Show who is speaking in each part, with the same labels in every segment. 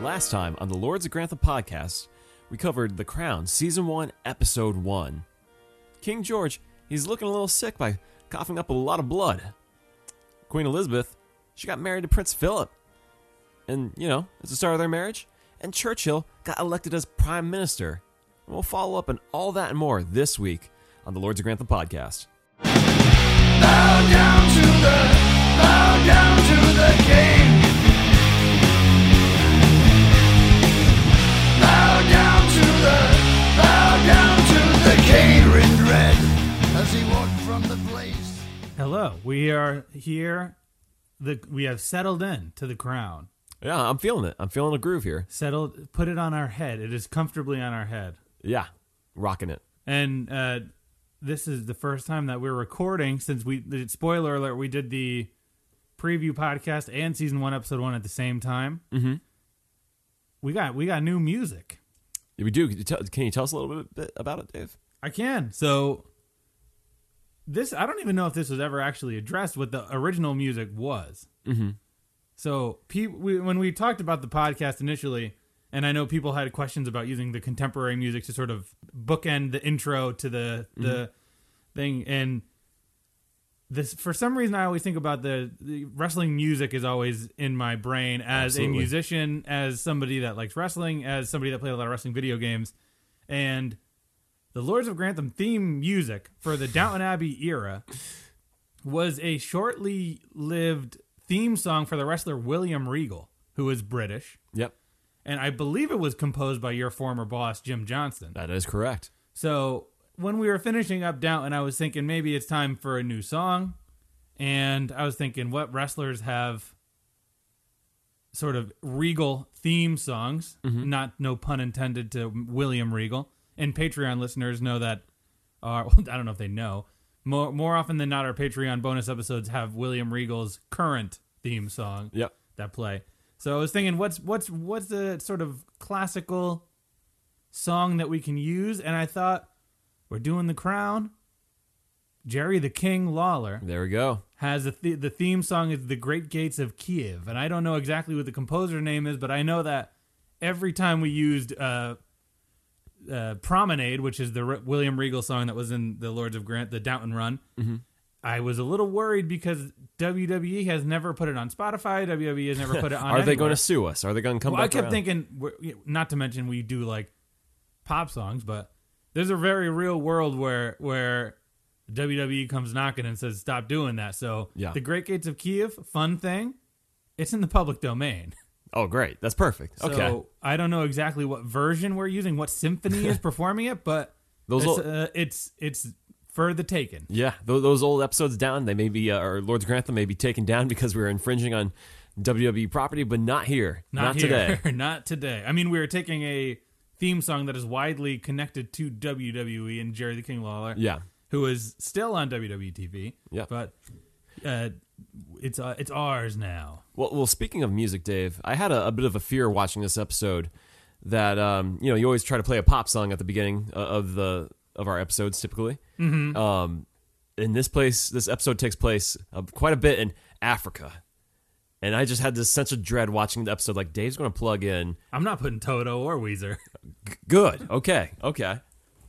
Speaker 1: Last time on the Lords of Grantham podcast, we covered The Crown, Season 1, Episode 1. King George, he's looking a little sick by coughing up a lot of blood. Queen Elizabeth, she got married to Prince Philip. And, you know, it's the start of their marriage. And Churchill got elected as Prime Minister. And we'll follow up on all that and more this week on the Lords of Grantham podcast.
Speaker 2: Bow down to the, bow down to the king. Bow down to the, bow down to the king in red as he walked from the blaze.
Speaker 3: Hello, we are here. The we have settled in to the crown.
Speaker 1: Yeah, I'm feeling it. I'm feeling a groove here.
Speaker 3: Settled, put it on our head. It is comfortably on our head.
Speaker 1: Yeah, rocking it.
Speaker 3: And uh, this is the first time that we're recording since we. the- Spoiler alert: we did the preview podcast and season one, episode one at the same time. Mm-hmm. We got we got new music.
Speaker 1: We do. Can you tell, can you tell us a little bit- bit about it, Dave?
Speaker 3: I can. So this I don't even know if this was ever actually addressed what the original music was. Mm-hmm. So pe- we, when we talked about the podcast initially, and I know people had questions about using the contemporary music to sort of bookend the intro to the the thing, and this for some reason I always think about the, the wrestling music is always in my brain as
Speaker 1: Absolutely.
Speaker 3: a musician, as somebody that likes wrestling, as somebody that played a lot of wrestling video games, and the Lords of Grantham theme music for the Downton Abbey era was a shortly lived theme song for the wrestler William Regal, who is British.
Speaker 1: Yep,
Speaker 3: And I believe it was composed by your former boss, Jim Johnston.
Speaker 1: that is correct.
Speaker 3: So when we were finishing up Downton, I was thinking maybe it's time for a new song. And I was thinking, what wrestlers have sort of regal theme songs? Not no pun intended to William Regal. And Patreon listeners know that, uh, I don't know if they know. More, more often than not, our Patreon bonus episodes have William Regal's current theme song
Speaker 1: Yep.
Speaker 3: that play. So I was thinking, what's what's what's the sort of classical song that we can use? And I thought, we're doing the Crown. Jerry the King Lawler
Speaker 1: There we go.
Speaker 3: has a th- the theme song is the Great Gates of Kiev, and I don't know exactly what the composer name is, but I know that every time we used uh, uh, Promenade, which is the R- William Regal song that was in the Lords of Grant, the Downton Run,
Speaker 1: Mm-hmm.
Speaker 3: I was a little worried because WWE has never put it on Spotify. WWE has never put it on.
Speaker 1: Are they going
Speaker 3: anywhere.
Speaker 1: to sue us? Are they going to come
Speaker 3: Well, I
Speaker 1: back?
Speaker 3: kept
Speaker 1: around?
Speaker 3: thinking, we're- not to mention we do like pop songs, but there's a very real world where where WWE comes knocking and says, "Stop doing that." So
Speaker 1: Yeah.
Speaker 3: the Great Gates of Kiev, fun thing, it's in the public domain.
Speaker 1: Oh, great. That's perfect.
Speaker 3: So
Speaker 1: okay.
Speaker 3: I don't know exactly what version we're using, what symphony is performing it, but
Speaker 1: Those
Speaker 3: it's,
Speaker 1: little-
Speaker 3: uh, it's it's for the taken.
Speaker 1: Yeah, tho- those old episodes down. They may be, uh, or Lords of Grantham may be taken down because we were infringing on WWE property, but not here.
Speaker 3: Not,
Speaker 1: today.
Speaker 3: here. Not today. I mean, we are taking a theme song that is widely connected to WWE and Jerry the King Lawler.
Speaker 1: Yeah.
Speaker 3: who is still on WWE TV.
Speaker 1: Yeah.
Speaker 3: but uh, it's uh, it's ours now.
Speaker 1: Well, well, speaking of music, Dave, I had a, a bit of a fear watching this episode that um, you know you always try to play a pop song at the beginning uh, of the of our episodes typically. Mm-hmm. Um, in this place, this episode takes place uh, quite a bit in Africa, and I just had this sense of dread watching the episode. Like Dave's going to plug in.
Speaker 3: I'm not putting Toto or Weezer.
Speaker 1: Good. Okay. Okay.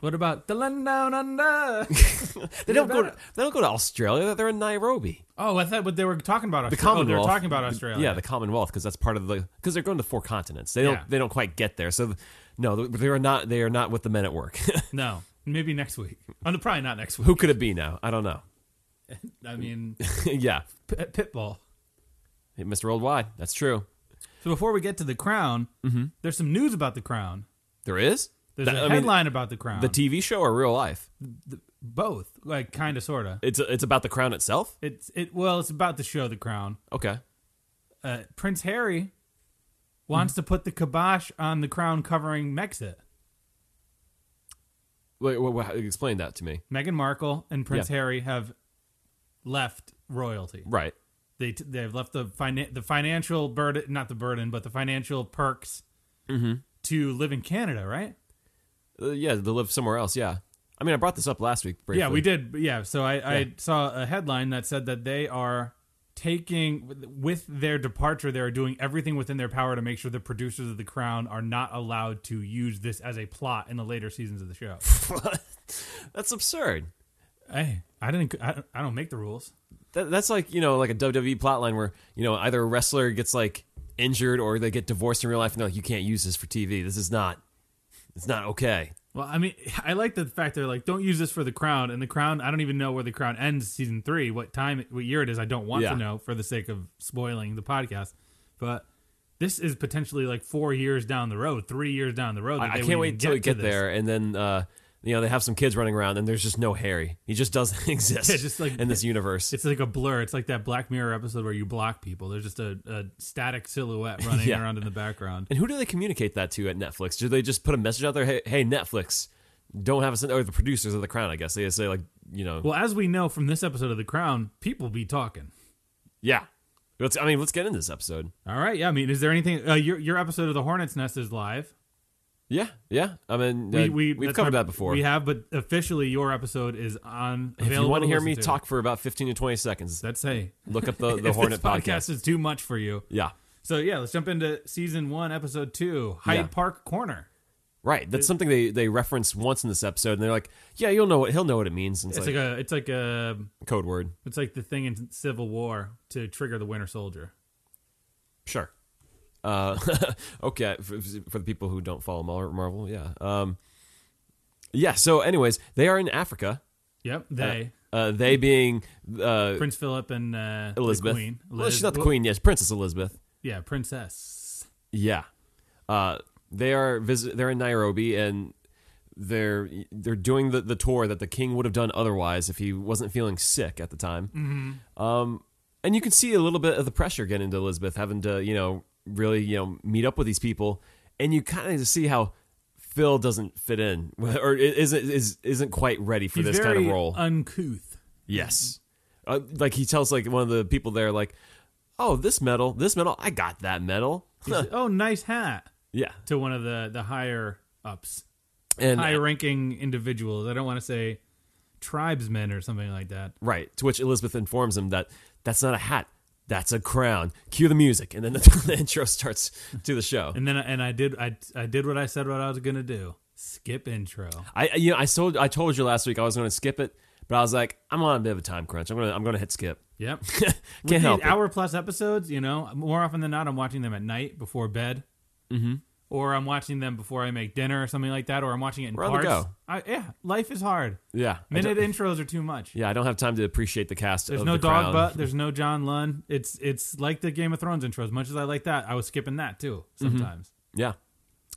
Speaker 3: What about the land down under?
Speaker 1: They don't go. To, they don't go to Australia. They're in Nairobi.
Speaker 3: oh, I thought what they were talking about.
Speaker 1: The
Speaker 3: Australia. oh,
Speaker 1: Commonwealth.
Speaker 3: they were talking about
Speaker 1: the-
Speaker 3: Australia.
Speaker 1: Yeah, the Commonwealth, because that's part of the. Because they're going to four continents. They don't.
Speaker 3: Yeah.
Speaker 1: They don't quite get there. So, no, they are not. They are not with the men at work.
Speaker 3: no, maybe next week. Oh, no, probably not next week.
Speaker 1: Who could it be now? I don't know.
Speaker 3: I mean,
Speaker 1: yeah,
Speaker 3: P- Pitbull.
Speaker 1: Hey, Mr. Worldwide. That's true.
Speaker 3: So before we get to the Crown, there's some news about the Crown.
Speaker 1: There is.
Speaker 3: There's
Speaker 1: Mm-hmm. That-
Speaker 3: a
Speaker 1: I mean,
Speaker 3: headline about the Crown.
Speaker 1: the TV show or real life?
Speaker 3: both, like kind of, sorta.
Speaker 1: It's it's about the crown itself.
Speaker 3: It's it. Well, it's about the show, The Crown.
Speaker 1: Okay.
Speaker 3: uh, Prince Harry wants
Speaker 1: Hmm.
Speaker 3: to put the kibosh on the crown covering Brexit.
Speaker 1: Wait, wait, wait, explain that to me.
Speaker 3: Meghan Markle and Prince
Speaker 1: Yeah.
Speaker 3: Harry have left royalty.
Speaker 1: Right.
Speaker 3: They t- they've left the finan- the financial burden, not the burden, but the financial perks
Speaker 1: Mm-hmm.
Speaker 3: to live in Canada, right?
Speaker 1: Uh, yeah, they live somewhere else. Yeah. I mean, I brought this up last week. Briefly.
Speaker 3: Yeah, we did. Yeah, so I,
Speaker 1: Yeah.
Speaker 3: I saw a headline that said that they are taking with their departure they are doing everything within their power to make sure the producers of the crown are not allowed to use this as a plot in the later seasons of the show
Speaker 1: that's absurd.
Speaker 3: hey i didn't I, don't- I don't make the rules
Speaker 1: That, that's like you know like a WWE plotline where you know either a wrestler gets like injured or they get divorced in real life and they're like you can't use this for TV. This is not. It's not okay.
Speaker 3: well i mean i like the fact they're like don't use this for the crown and the crown i don't even know where the crown ends season three what time what year it is i don't want
Speaker 1: Yeah.
Speaker 3: to know for the sake of spoiling the podcast but this is potentially like four years down the road three years down the road that
Speaker 1: I, I
Speaker 3: they would
Speaker 1: can't
Speaker 3: even
Speaker 1: wait till we
Speaker 3: to
Speaker 1: get
Speaker 3: this.
Speaker 1: there, and then uh, you know they have some kids running around, and there's just no Harry. He just doesn't exist
Speaker 3: Yeah, just like-
Speaker 1: in this universe.
Speaker 3: It's like a blur. It's like that Black Mirror episode where you block people. There's just a, a static silhouette running
Speaker 1: Yeah.
Speaker 3: around in the background.
Speaker 1: And who do they communicate that to at Netflix? Do they just put a message out there? Hey, hey Netflix, don't have us. Or the producers of The Crown, I guess. They just say like, you know,
Speaker 3: Well, as we know from this episode of The Crown, people be talking.
Speaker 1: yeah. Let's, I mean, let's get into this episode.
Speaker 3: All right, yeah. I mean, is there anything? Uh, your your episode of The Hornet's Nest is live.
Speaker 1: Yeah, yeah. I mean, uh, we've
Speaker 3: that's
Speaker 1: covered
Speaker 3: my-
Speaker 1: that before.
Speaker 3: We have, but officially, your episode is on.
Speaker 1: if you
Speaker 3: available
Speaker 1: want to hear
Speaker 3: listen
Speaker 1: me
Speaker 3: to.
Speaker 1: talk for about fifteen to twenty seconds,
Speaker 3: that's hey.
Speaker 1: look up the
Speaker 3: if
Speaker 1: the
Speaker 3: this
Speaker 1: Hornet podcast.
Speaker 3: podcast is too much for you.
Speaker 1: Yeah,
Speaker 3: So yeah, let's jump into season one, episode two, Hyde
Speaker 1: Yeah.
Speaker 3: Park Corner.
Speaker 1: right. That's something they they reference once in this episode, and they're like, yeah, you'll know what he'll know what it means. And it's,
Speaker 3: It's
Speaker 1: like,
Speaker 3: like a, it's like a
Speaker 1: a code word.
Speaker 3: It's like the thing in Civil War to trigger the Winter Soldier.
Speaker 1: Sure. Uh, okay, for, for the people who don't follow Mar- Marvel, yeah. Um, yeah, so, anyways, they are in Africa.
Speaker 3: Yep, they
Speaker 1: Uh, they being uh,
Speaker 3: Prince Philip and uh, the
Speaker 1: Elizabeth.
Speaker 3: Queen.
Speaker 1: Well, she's not the
Speaker 3: Liz-
Speaker 1: queen, yes, Princess Elizabeth.
Speaker 3: Yeah, princess.
Speaker 1: Yeah. Uh, they are visit. They're in Nairobi, and they're they're doing the, the tour that the king would have done otherwise if he wasn't feeling sick at the time.
Speaker 3: Mm-hmm.
Speaker 1: Um, and you can see a little bit of the pressure getting into Elizabeth having to you know really you know meet up with these people, and you kind of see how Phil doesn't fit in or isn't is isn't quite ready for
Speaker 3: He's
Speaker 1: this
Speaker 3: very
Speaker 1: kind of role.
Speaker 3: uncouth.
Speaker 1: Yes. Uh, like he tells like one of the people there like, "Oh, this medal, this medal, I got that medal."
Speaker 3: He's like, oh, nice hat
Speaker 1: yeah.
Speaker 3: to one of the the higher ups,
Speaker 1: And
Speaker 3: high ranking individuals. I don't want to say tribesmen or something like that.
Speaker 1: right, to which Elizabeth informs him that that's not a hat, that's a crown. Cue the music, and then the, the intro starts to the show.
Speaker 3: And then and I did I I did what I said what I was gonna do. Skip intro.
Speaker 1: I I- you know I told I told you last week I was going to skip it, but I was like, I'm on a bit of a time crunch. I'm gonna I'm gonna hit skip.
Speaker 3: Yep. With
Speaker 1: Can't
Speaker 3: these
Speaker 1: help it.
Speaker 3: hour plus episodes, you know, more often than not, I'm watching them at night before bed, mm-hmm. or I'm watching them before I make dinner or something like that, or I'm watching it in
Speaker 1: We're on the
Speaker 3: parts.
Speaker 1: go.
Speaker 3: I, yeah, life is hard.
Speaker 1: Yeah, I
Speaker 3: Minute
Speaker 1: don't-
Speaker 3: intros are too much.
Speaker 1: yeah, I don't have time to appreciate the cast.
Speaker 3: There's
Speaker 1: of
Speaker 3: no
Speaker 1: The
Speaker 3: dog
Speaker 1: Crown.
Speaker 3: butt. There's no John Lunn. It's it's like the Game of Thrones intro. As much as I like that, I was skipping that too
Speaker 1: Mm-hmm.
Speaker 3: sometimes.
Speaker 1: Yeah.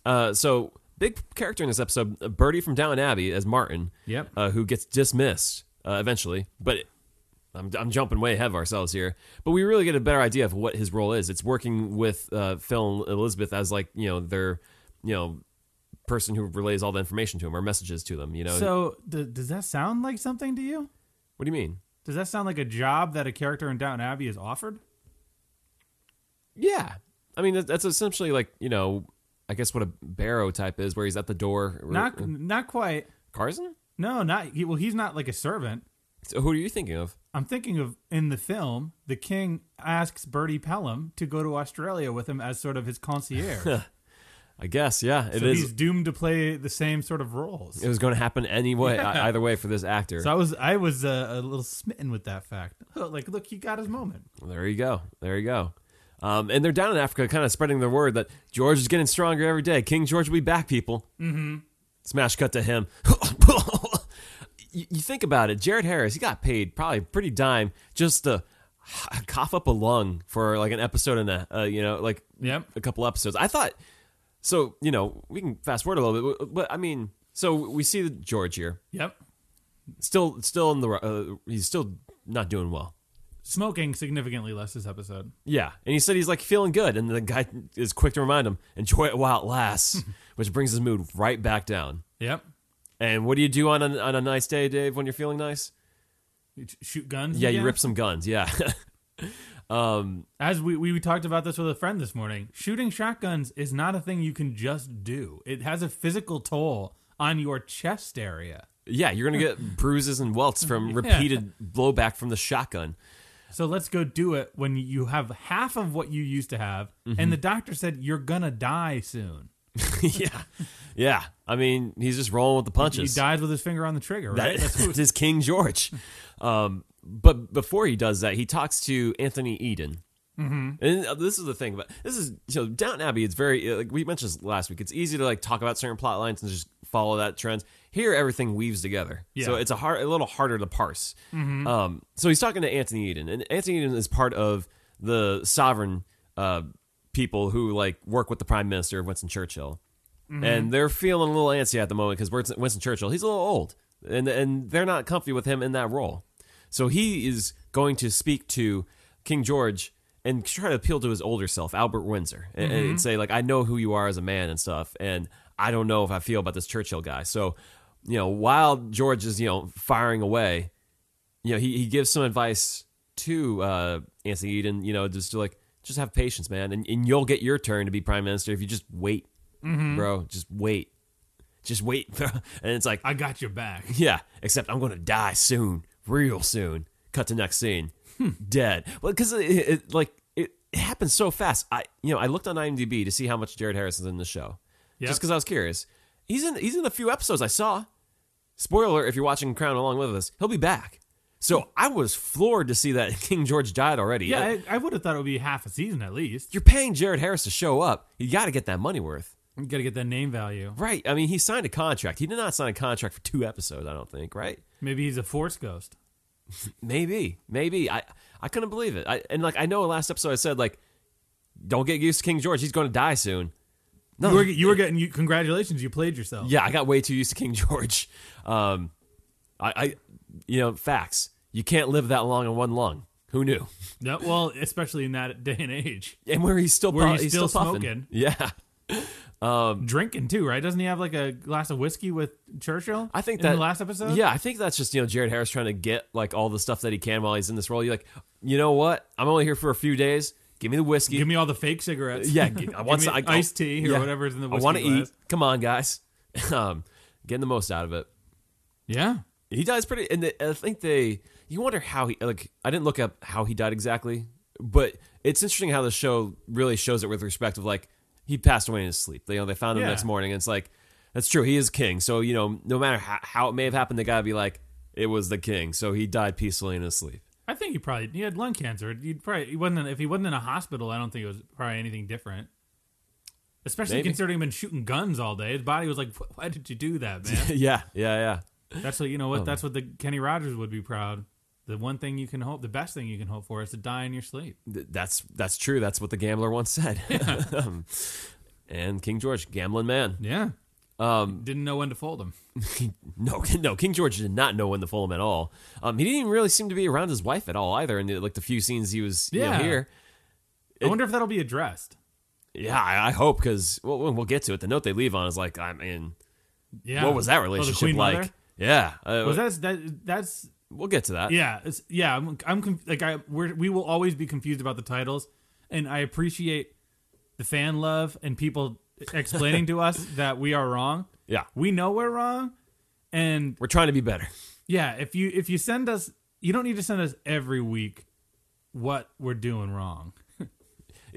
Speaker 1: Uh, so big character in this episode, uh, Bertie from Down Abbey as Martin.
Speaker 3: Yep.
Speaker 1: Uh, who gets dismissed uh, eventually, but. I'm, I'm jumping way ahead of ourselves here, but we really get a better idea of what his role is. It's working with uh, Phil and Elizabeth as like you know their you know person who relays all the information to him or messages to them. You know,
Speaker 3: So d does that sound like something to you?
Speaker 1: what do you mean?
Speaker 3: Does that sound like a job that a character in Downton Abbey is offered?
Speaker 1: Yeah, I mean that, that's essentially like you know I guess what a barrow type is, where he's at the door. uh,
Speaker 3: Not not quite.
Speaker 1: Carson.
Speaker 3: No, not he, well. He's not like a servant.
Speaker 1: So who are you thinking of?
Speaker 3: I'm thinking of in the film, the king asks Bertie Pelham to go to Australia with him as sort of his concierge. so
Speaker 1: I guess yeah, it is.
Speaker 3: he's doomed to play the same sort of roles.
Speaker 1: It was going to happen anyway, I either way for this actor.
Speaker 3: So I was I was uh, a little smitten with that fact. Like, look, he got his moment.
Speaker 1: there you go. There you go. Um, and they're down in Africa, kind of spreading the word that George is getting stronger every day. King George will be back, people. Mm-hmm. Smash cut to him. you, you think about it. Jared Harris, he got paid probably a pretty dime just to h- cough up a lung for like an episode and a, uh, you know, like
Speaker 3: Yep.
Speaker 1: a couple episodes. I thought, so, you know, we can fast forward a little bit, but I mean, so we see George here.
Speaker 3: Yep.
Speaker 1: still still in the uh, he's still not doing well.
Speaker 3: Smoking significantly less this episode.
Speaker 1: Yeah, and he said he's like feeling good, and the guy is quick to remind him, "Enjoy it while it lasts," which brings his mood right back down.
Speaker 3: Yep.
Speaker 1: And what do you do on a, on a nice day, Dave, when you're feeling nice?
Speaker 3: You ch- Shoot guns.
Speaker 1: Yeah, you
Speaker 3: again?
Speaker 1: rip some guns. Yeah,
Speaker 3: As we, we talked about this with a friend this morning, shooting shotguns is not a thing you can just do. It has a physical toll on your chest area.
Speaker 1: yeah, you're gonna get bruises and welts from repeated blowback from the shotgun.
Speaker 3: So let's go do it when you have half of what you used to have,
Speaker 1: Mm-hmm.
Speaker 3: and the doctor said you're gonna die soon.
Speaker 1: yeah, yeah. I mean, he's just rolling with the
Speaker 3: He
Speaker 1: punches.
Speaker 3: dies with his finger on the trigger, right?
Speaker 1: That-
Speaker 3: That's what-
Speaker 1: that is King George. Um, but before he does that, he talks to Anthony Eden. Mm-hmm. And uh, this is the thing about this is so Downton Abbey. It's very uh, like we mentioned this last week. It's easy to like talk about certain plot lines and just follow that trend. Here, everything weaves together,
Speaker 3: Yeah.
Speaker 1: so it's a hard, a little harder to parse. Um, so he's talking to Anthony Eden, and Anthony Eden is part of the sovereign uh, people who like work with the Prime Minister of Winston Churchill and they're feeling a little antsy at the moment because Winston, Winston Churchill he's a little old, and and they're not comfy with him in that role. So he is going to speak to King George and try to appeal to his older self, Albert Windsor, and, and say like, "I know who you are as a man and stuff, and I don't know if I feel about this Churchill guy." So, you know, while George is you know firing away, you know, he, he gives some advice to uh, Anthony Eden, you know, just to like, just have patience, man, and, and you'll get your turn to be prime minister if you just wait, bro. Just wait. Just wait. bro. and it's like,
Speaker 3: I got your back.
Speaker 1: yeah, except I'm going to die soon, real soon. Cut to next scene.
Speaker 3: Hmm.
Speaker 1: Dead. Well, because it, it, like, it happens so fast. I, you know, I looked on IMDb to see how much Jared Harrison's in the show.
Speaker 3: Yep.
Speaker 1: Just because I was curious. He's in, he's in a few episodes I saw spoiler if you're watching crown along with us he'll be back so i was floored to see that king george died already
Speaker 3: Yeah,
Speaker 1: Uh,
Speaker 3: I, I would have thought it would be half a season at least.
Speaker 1: you're paying jared harris to show up you got to get that money worth
Speaker 3: You gotta get that name value.
Speaker 1: right i mean he signed a contract he did not sign a contract for two episodes i don't think right
Speaker 3: Maybe he's a force ghost.
Speaker 1: maybe maybe i i couldn't believe it I, and like i know last episode i said like don't get used to king george he's going to die soon no
Speaker 3: You were, you were getting you, congratulations. You played yourself.
Speaker 1: Yeah, I got way too used to King George. Um, I, I, you know, facts. You can't live that long in one lung. Who knew?
Speaker 3: No, well, especially in that day and age,
Speaker 1: And where he's still,
Speaker 3: Where
Speaker 1: pu-
Speaker 3: he's still
Speaker 1: puffing.
Speaker 3: smoking.
Speaker 1: Yeah,
Speaker 3: drinking too, right? Doesn't he have like a glass of whiskey with Churchill?
Speaker 1: I think
Speaker 3: in
Speaker 1: that
Speaker 3: the last episode.
Speaker 1: Yeah, I think that's just you know Jared Harris trying to get like all the stuff that he can while he's in this role. You're like, you know what? I'm only here for a few days. Give me the whiskey.
Speaker 3: give me all the fake cigarettes.
Speaker 1: yeah, gi- I want
Speaker 3: Give
Speaker 1: some
Speaker 3: me
Speaker 1: I-
Speaker 3: iced tea or
Speaker 1: yeah.
Speaker 3: whatever's in the
Speaker 1: I
Speaker 3: whiskey
Speaker 1: wanna
Speaker 3: glass.
Speaker 1: eat. Come on, guys. um, getting the most out of it.
Speaker 3: yeah.
Speaker 1: He dies pretty, and they, I think they. You wonder how he like. I didn't look up how he died exactly, but it's interesting how the show really shows it with respect of like he passed away in his sleep. They, you know, they found him the
Speaker 3: Yeah.
Speaker 1: next morning, and it's like that's true. He is king, so you know, no matter how, how it may have happened, they gotta be like it was the king. So he died peacefully in his sleep.
Speaker 3: I think he probably he had lung cancer. He'd probably he wasn't in- if he wasn't in a hospital. I don't think it was probably anything different. Especially
Speaker 1: Maybe.
Speaker 3: considering he'd been shooting guns all day. His body was like, "Wh- "Why did you do that, man?"
Speaker 1: yeah, yeah, yeah.
Speaker 3: That's what you know. What
Speaker 1: Oh,
Speaker 3: that's what the Kenny Rogers would be proud. The one thing you can hope, the best thing you can hope for, is to die in your sleep.
Speaker 1: Th- That's that's true. That's what the gambler once said. Um, and King George, gambling man.
Speaker 3: Yeah. Um, Didn't know when to fold him.
Speaker 1: No, no, King George did not know when to fool him at all. Um, he didn't even really seem to be around his wife at all either. In the, like the few scenes he was you know,
Speaker 3: Yeah.
Speaker 1: here,
Speaker 3: I wonder if that'll be addressed.
Speaker 1: yeah, I, I hope because we'll, we'll we'll get to it. The note they leave on is like, I mean,
Speaker 3: Yeah.
Speaker 1: what was that
Speaker 3: Oh, the
Speaker 1: relationship
Speaker 3: Queen
Speaker 1: like?
Speaker 3: Mother?
Speaker 1: Yeah, uh,
Speaker 3: Was that, that that's
Speaker 1: we'll get to that.
Speaker 3: yeah it's, yeah I'm, I'm conf- like I we're, we will always be confused about the titles, and I appreciate the fan love and people explaining to us that we are wrong.
Speaker 1: Yeah.
Speaker 3: We know we're wrong, and
Speaker 1: we're trying to be better.
Speaker 3: yeah, if you if you send us, you don't need to send us every week what we're doing wrong.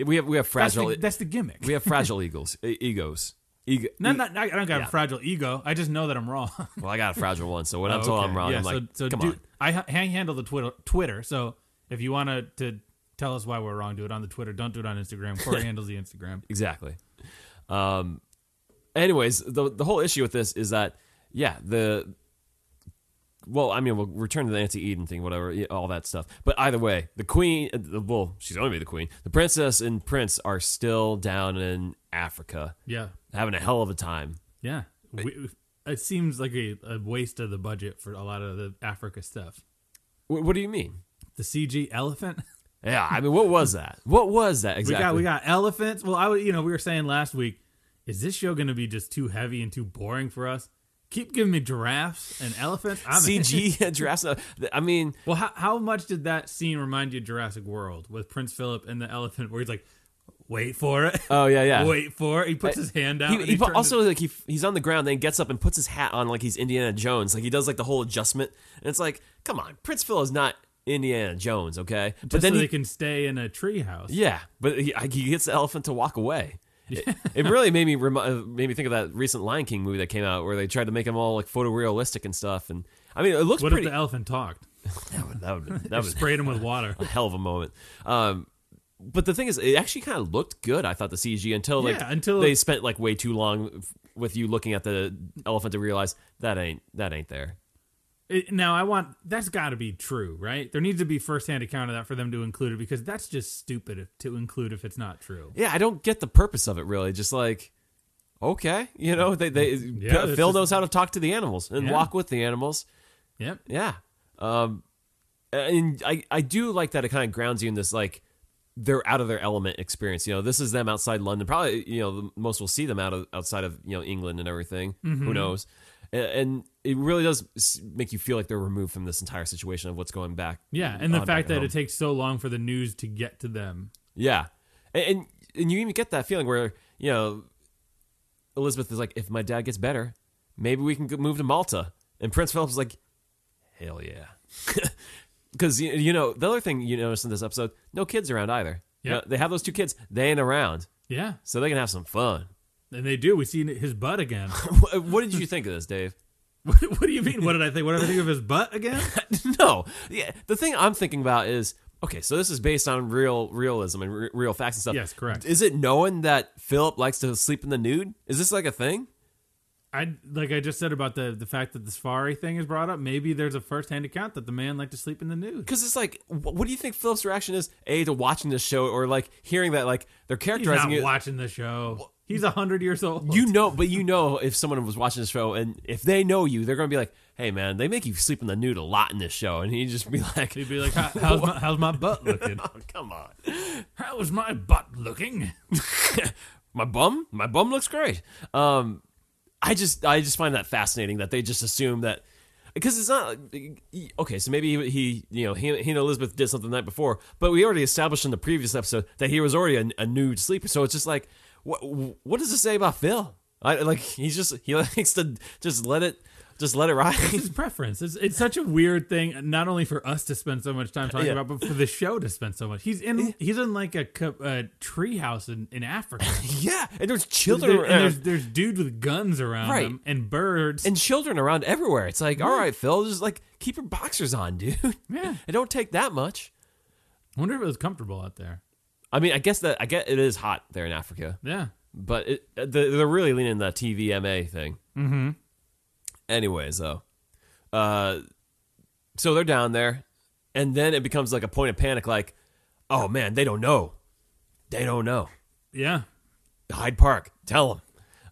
Speaker 1: We have we have
Speaker 3: That's
Speaker 1: fragile e-
Speaker 3: the, that's the gimmick.
Speaker 1: we have fragile eagles e- egos. Ego,
Speaker 3: No, no, no, I don't got
Speaker 1: Yeah.
Speaker 3: a fragile ego. I just know that I'm wrong.
Speaker 1: well, I got a fragile one, so when I'm
Speaker 3: Oh,
Speaker 1: told
Speaker 3: okay.
Speaker 1: I'm wrong,
Speaker 3: Yeah,
Speaker 1: I'm like,
Speaker 3: so, so
Speaker 1: come
Speaker 3: do-
Speaker 1: on.
Speaker 3: I, ha- I handle the Twitter, Twitter. So if you want to tell us why we're wrong, do it on the Twitter. Don't do it on Instagram. Corey handles the Instagram.
Speaker 1: Exactly. Um, anyways, the the whole issue with this is that yeah, the well, I mean, we'll return to the anti Eden thing, whatever, yeah, all that stuff. But either way, the queen, uh, the- well, she's only the queen. The princess and prince are still down in Africa,
Speaker 3: Yeah,
Speaker 1: having a hell of a time.
Speaker 3: yeah. We, it seems like a, a waste of the budget for a lot of the Africa stuff.
Speaker 1: Wh- what do you mean?
Speaker 3: The CG elephant.
Speaker 1: Yeah, I mean, what was that? What was that
Speaker 3: We
Speaker 1: exactly?
Speaker 3: got we got elephants. Well, I would- you know we were saying last week, is this show going to be just too heavy and too boring for us? Keep giving me giraffes and elephants. I'm in.
Speaker 1: CG giraffes. uh, th- I mean,
Speaker 3: Well, how, how much did that scene remind you of Jurassic World with Prince Philip and the elephant, where he's like, "Wait for it,
Speaker 1: oh yeah, yeah.
Speaker 3: wait for it." He puts his hand out.
Speaker 1: He,
Speaker 3: and
Speaker 1: he put-
Speaker 3: turns
Speaker 1: also like he he's on the ground, then he gets up and puts his hat on like he's Indiana Jones. Like he does like the whole adjustment, and it's like, come on, Prince Phil is not Indiana Jones, okay?
Speaker 3: Just
Speaker 1: but then
Speaker 3: so
Speaker 1: he,
Speaker 3: they can stay in a treehouse.
Speaker 1: yeah, but he, I- he gets the elephant to walk away. It, it really made me remi- uh, made me think of that recent Lion King movie that came out where they tried to make him all like photorealistic and stuff. And I mean, it looks
Speaker 3: What
Speaker 1: pretty.
Speaker 3: if the elephant talked?
Speaker 1: that would that would that would
Speaker 3: Sprayed him with water.
Speaker 1: a hell of a moment. Um, but the thing is, it actually kind of looked good. I thought the CG until like
Speaker 3: Yeah, until-
Speaker 1: they spent like way too long f- with you looking at the elephant to realize that ain't that ain't there.
Speaker 3: It- now I want that's got to be true, right? There needs to be firsthand account of that for them to include it because that's just stupid if, to include if it's not true.
Speaker 1: Yeah, I don't get the purpose of it really. Just like okay, you know, they they Phil
Speaker 3: Yeah, this is-
Speaker 1: knows how to talk to the animals and
Speaker 3: Yeah.
Speaker 1: walk with the animals.
Speaker 3: Yep.
Speaker 1: Yeah. Um, and I, I do like that it kind of grounds you in this, like, they're out of their element experience. You know, this is them outside London. Probably, you know, the most we'll see them out of, outside of, you know, England and everything.
Speaker 3: Mm-hmm.
Speaker 1: Who knows? A- And it really does s- make you feel like they're removed from this entire situation of what's going back.
Speaker 3: Yeah, and the
Speaker 1: on
Speaker 3: fact
Speaker 1: back
Speaker 3: that
Speaker 1: home.
Speaker 3: it takes so long for the news to get to them.
Speaker 1: Yeah. And, and and you even get that feeling where, you know, Elizabeth is like, if my dad gets better, maybe we can go- move to Malta. And Prince Philip's like, hell yeah. Because, you know, the other thing you notice in this episode, no kids around either. You
Speaker 3: Yeah.
Speaker 1: know, they have those two kids. They ain't around.
Speaker 3: Yeah,
Speaker 1: So they can have some fun.
Speaker 3: and they do. We see his butt again.
Speaker 1: Wha- what did you think of this, Dave?
Speaker 3: what, what do you mean? What did I think? What did I think of his butt again?
Speaker 1: no. Yeah, the thing I'm thinking about is okay. So this is based on real realism and re- real facts and stuff.
Speaker 3: Yes, correct.
Speaker 1: Is it knowing that Philip likes to sleep in the nude? Is this like a thing?
Speaker 3: I like I just said about the the fact that the safari thing is brought up. Maybe there's a firsthand account that the man liked to sleep in the nude.
Speaker 1: Because it's like, wh- what do you think Philip's reaction is? A to watching this show or like hearing that like they're
Speaker 3: He's not
Speaker 1: characterizing it.
Speaker 3: watching the show. He's hundred years old.
Speaker 1: you know, but you know if someone was watching the show and if they know you, they're going to be like, "Hey, man, they make you sleep in the nude a lot in this show," and he'd just be like,
Speaker 3: He'd be like, "How- how's my, how's my butt looking?
Speaker 1: "Oh, come on,
Speaker 3: How's my butt looking?
Speaker 1: my bum, my bum looks great." Um, I just, I just find that fascinating that they just assume that because it's not okay. So maybe he, he you know, he, he and Elizabeth did something the night before, but we already established in the previous episode that he was already a, a nude sleeper. So it's just like, what, what does this say about Phil? I, like he's just he likes to just let it, just let it ride.
Speaker 3: His preference. It's, it's such a weird thing, not only for us to spend so much time talking
Speaker 1: Yeah.
Speaker 3: about, but for the show to spend so much. He's in he's in like a, co- a treehouse in in Africa.
Speaker 1: Yeah, and there's children
Speaker 3: There- and
Speaker 1: around-
Speaker 3: there's there's dudes with guns around
Speaker 1: Right.
Speaker 3: him and birds.
Speaker 1: and children around everywhere. It's like, all right, Phil, just like keep your boxers on, dude.
Speaker 3: Yeah.
Speaker 1: it don't take that much.
Speaker 3: I wonder if it was comfortable out there.
Speaker 1: I mean, I guess that I get it is hot there in Africa,
Speaker 3: Yeah.
Speaker 1: but it, they're they're really leaning the TVMA thing. Mm-hmm. Anyways, though, uh, so they're down there, and then it becomes like a point of panic. Like, oh man, they don't know, they don't know.
Speaker 3: Yeah.
Speaker 1: Hyde Park. Tell them.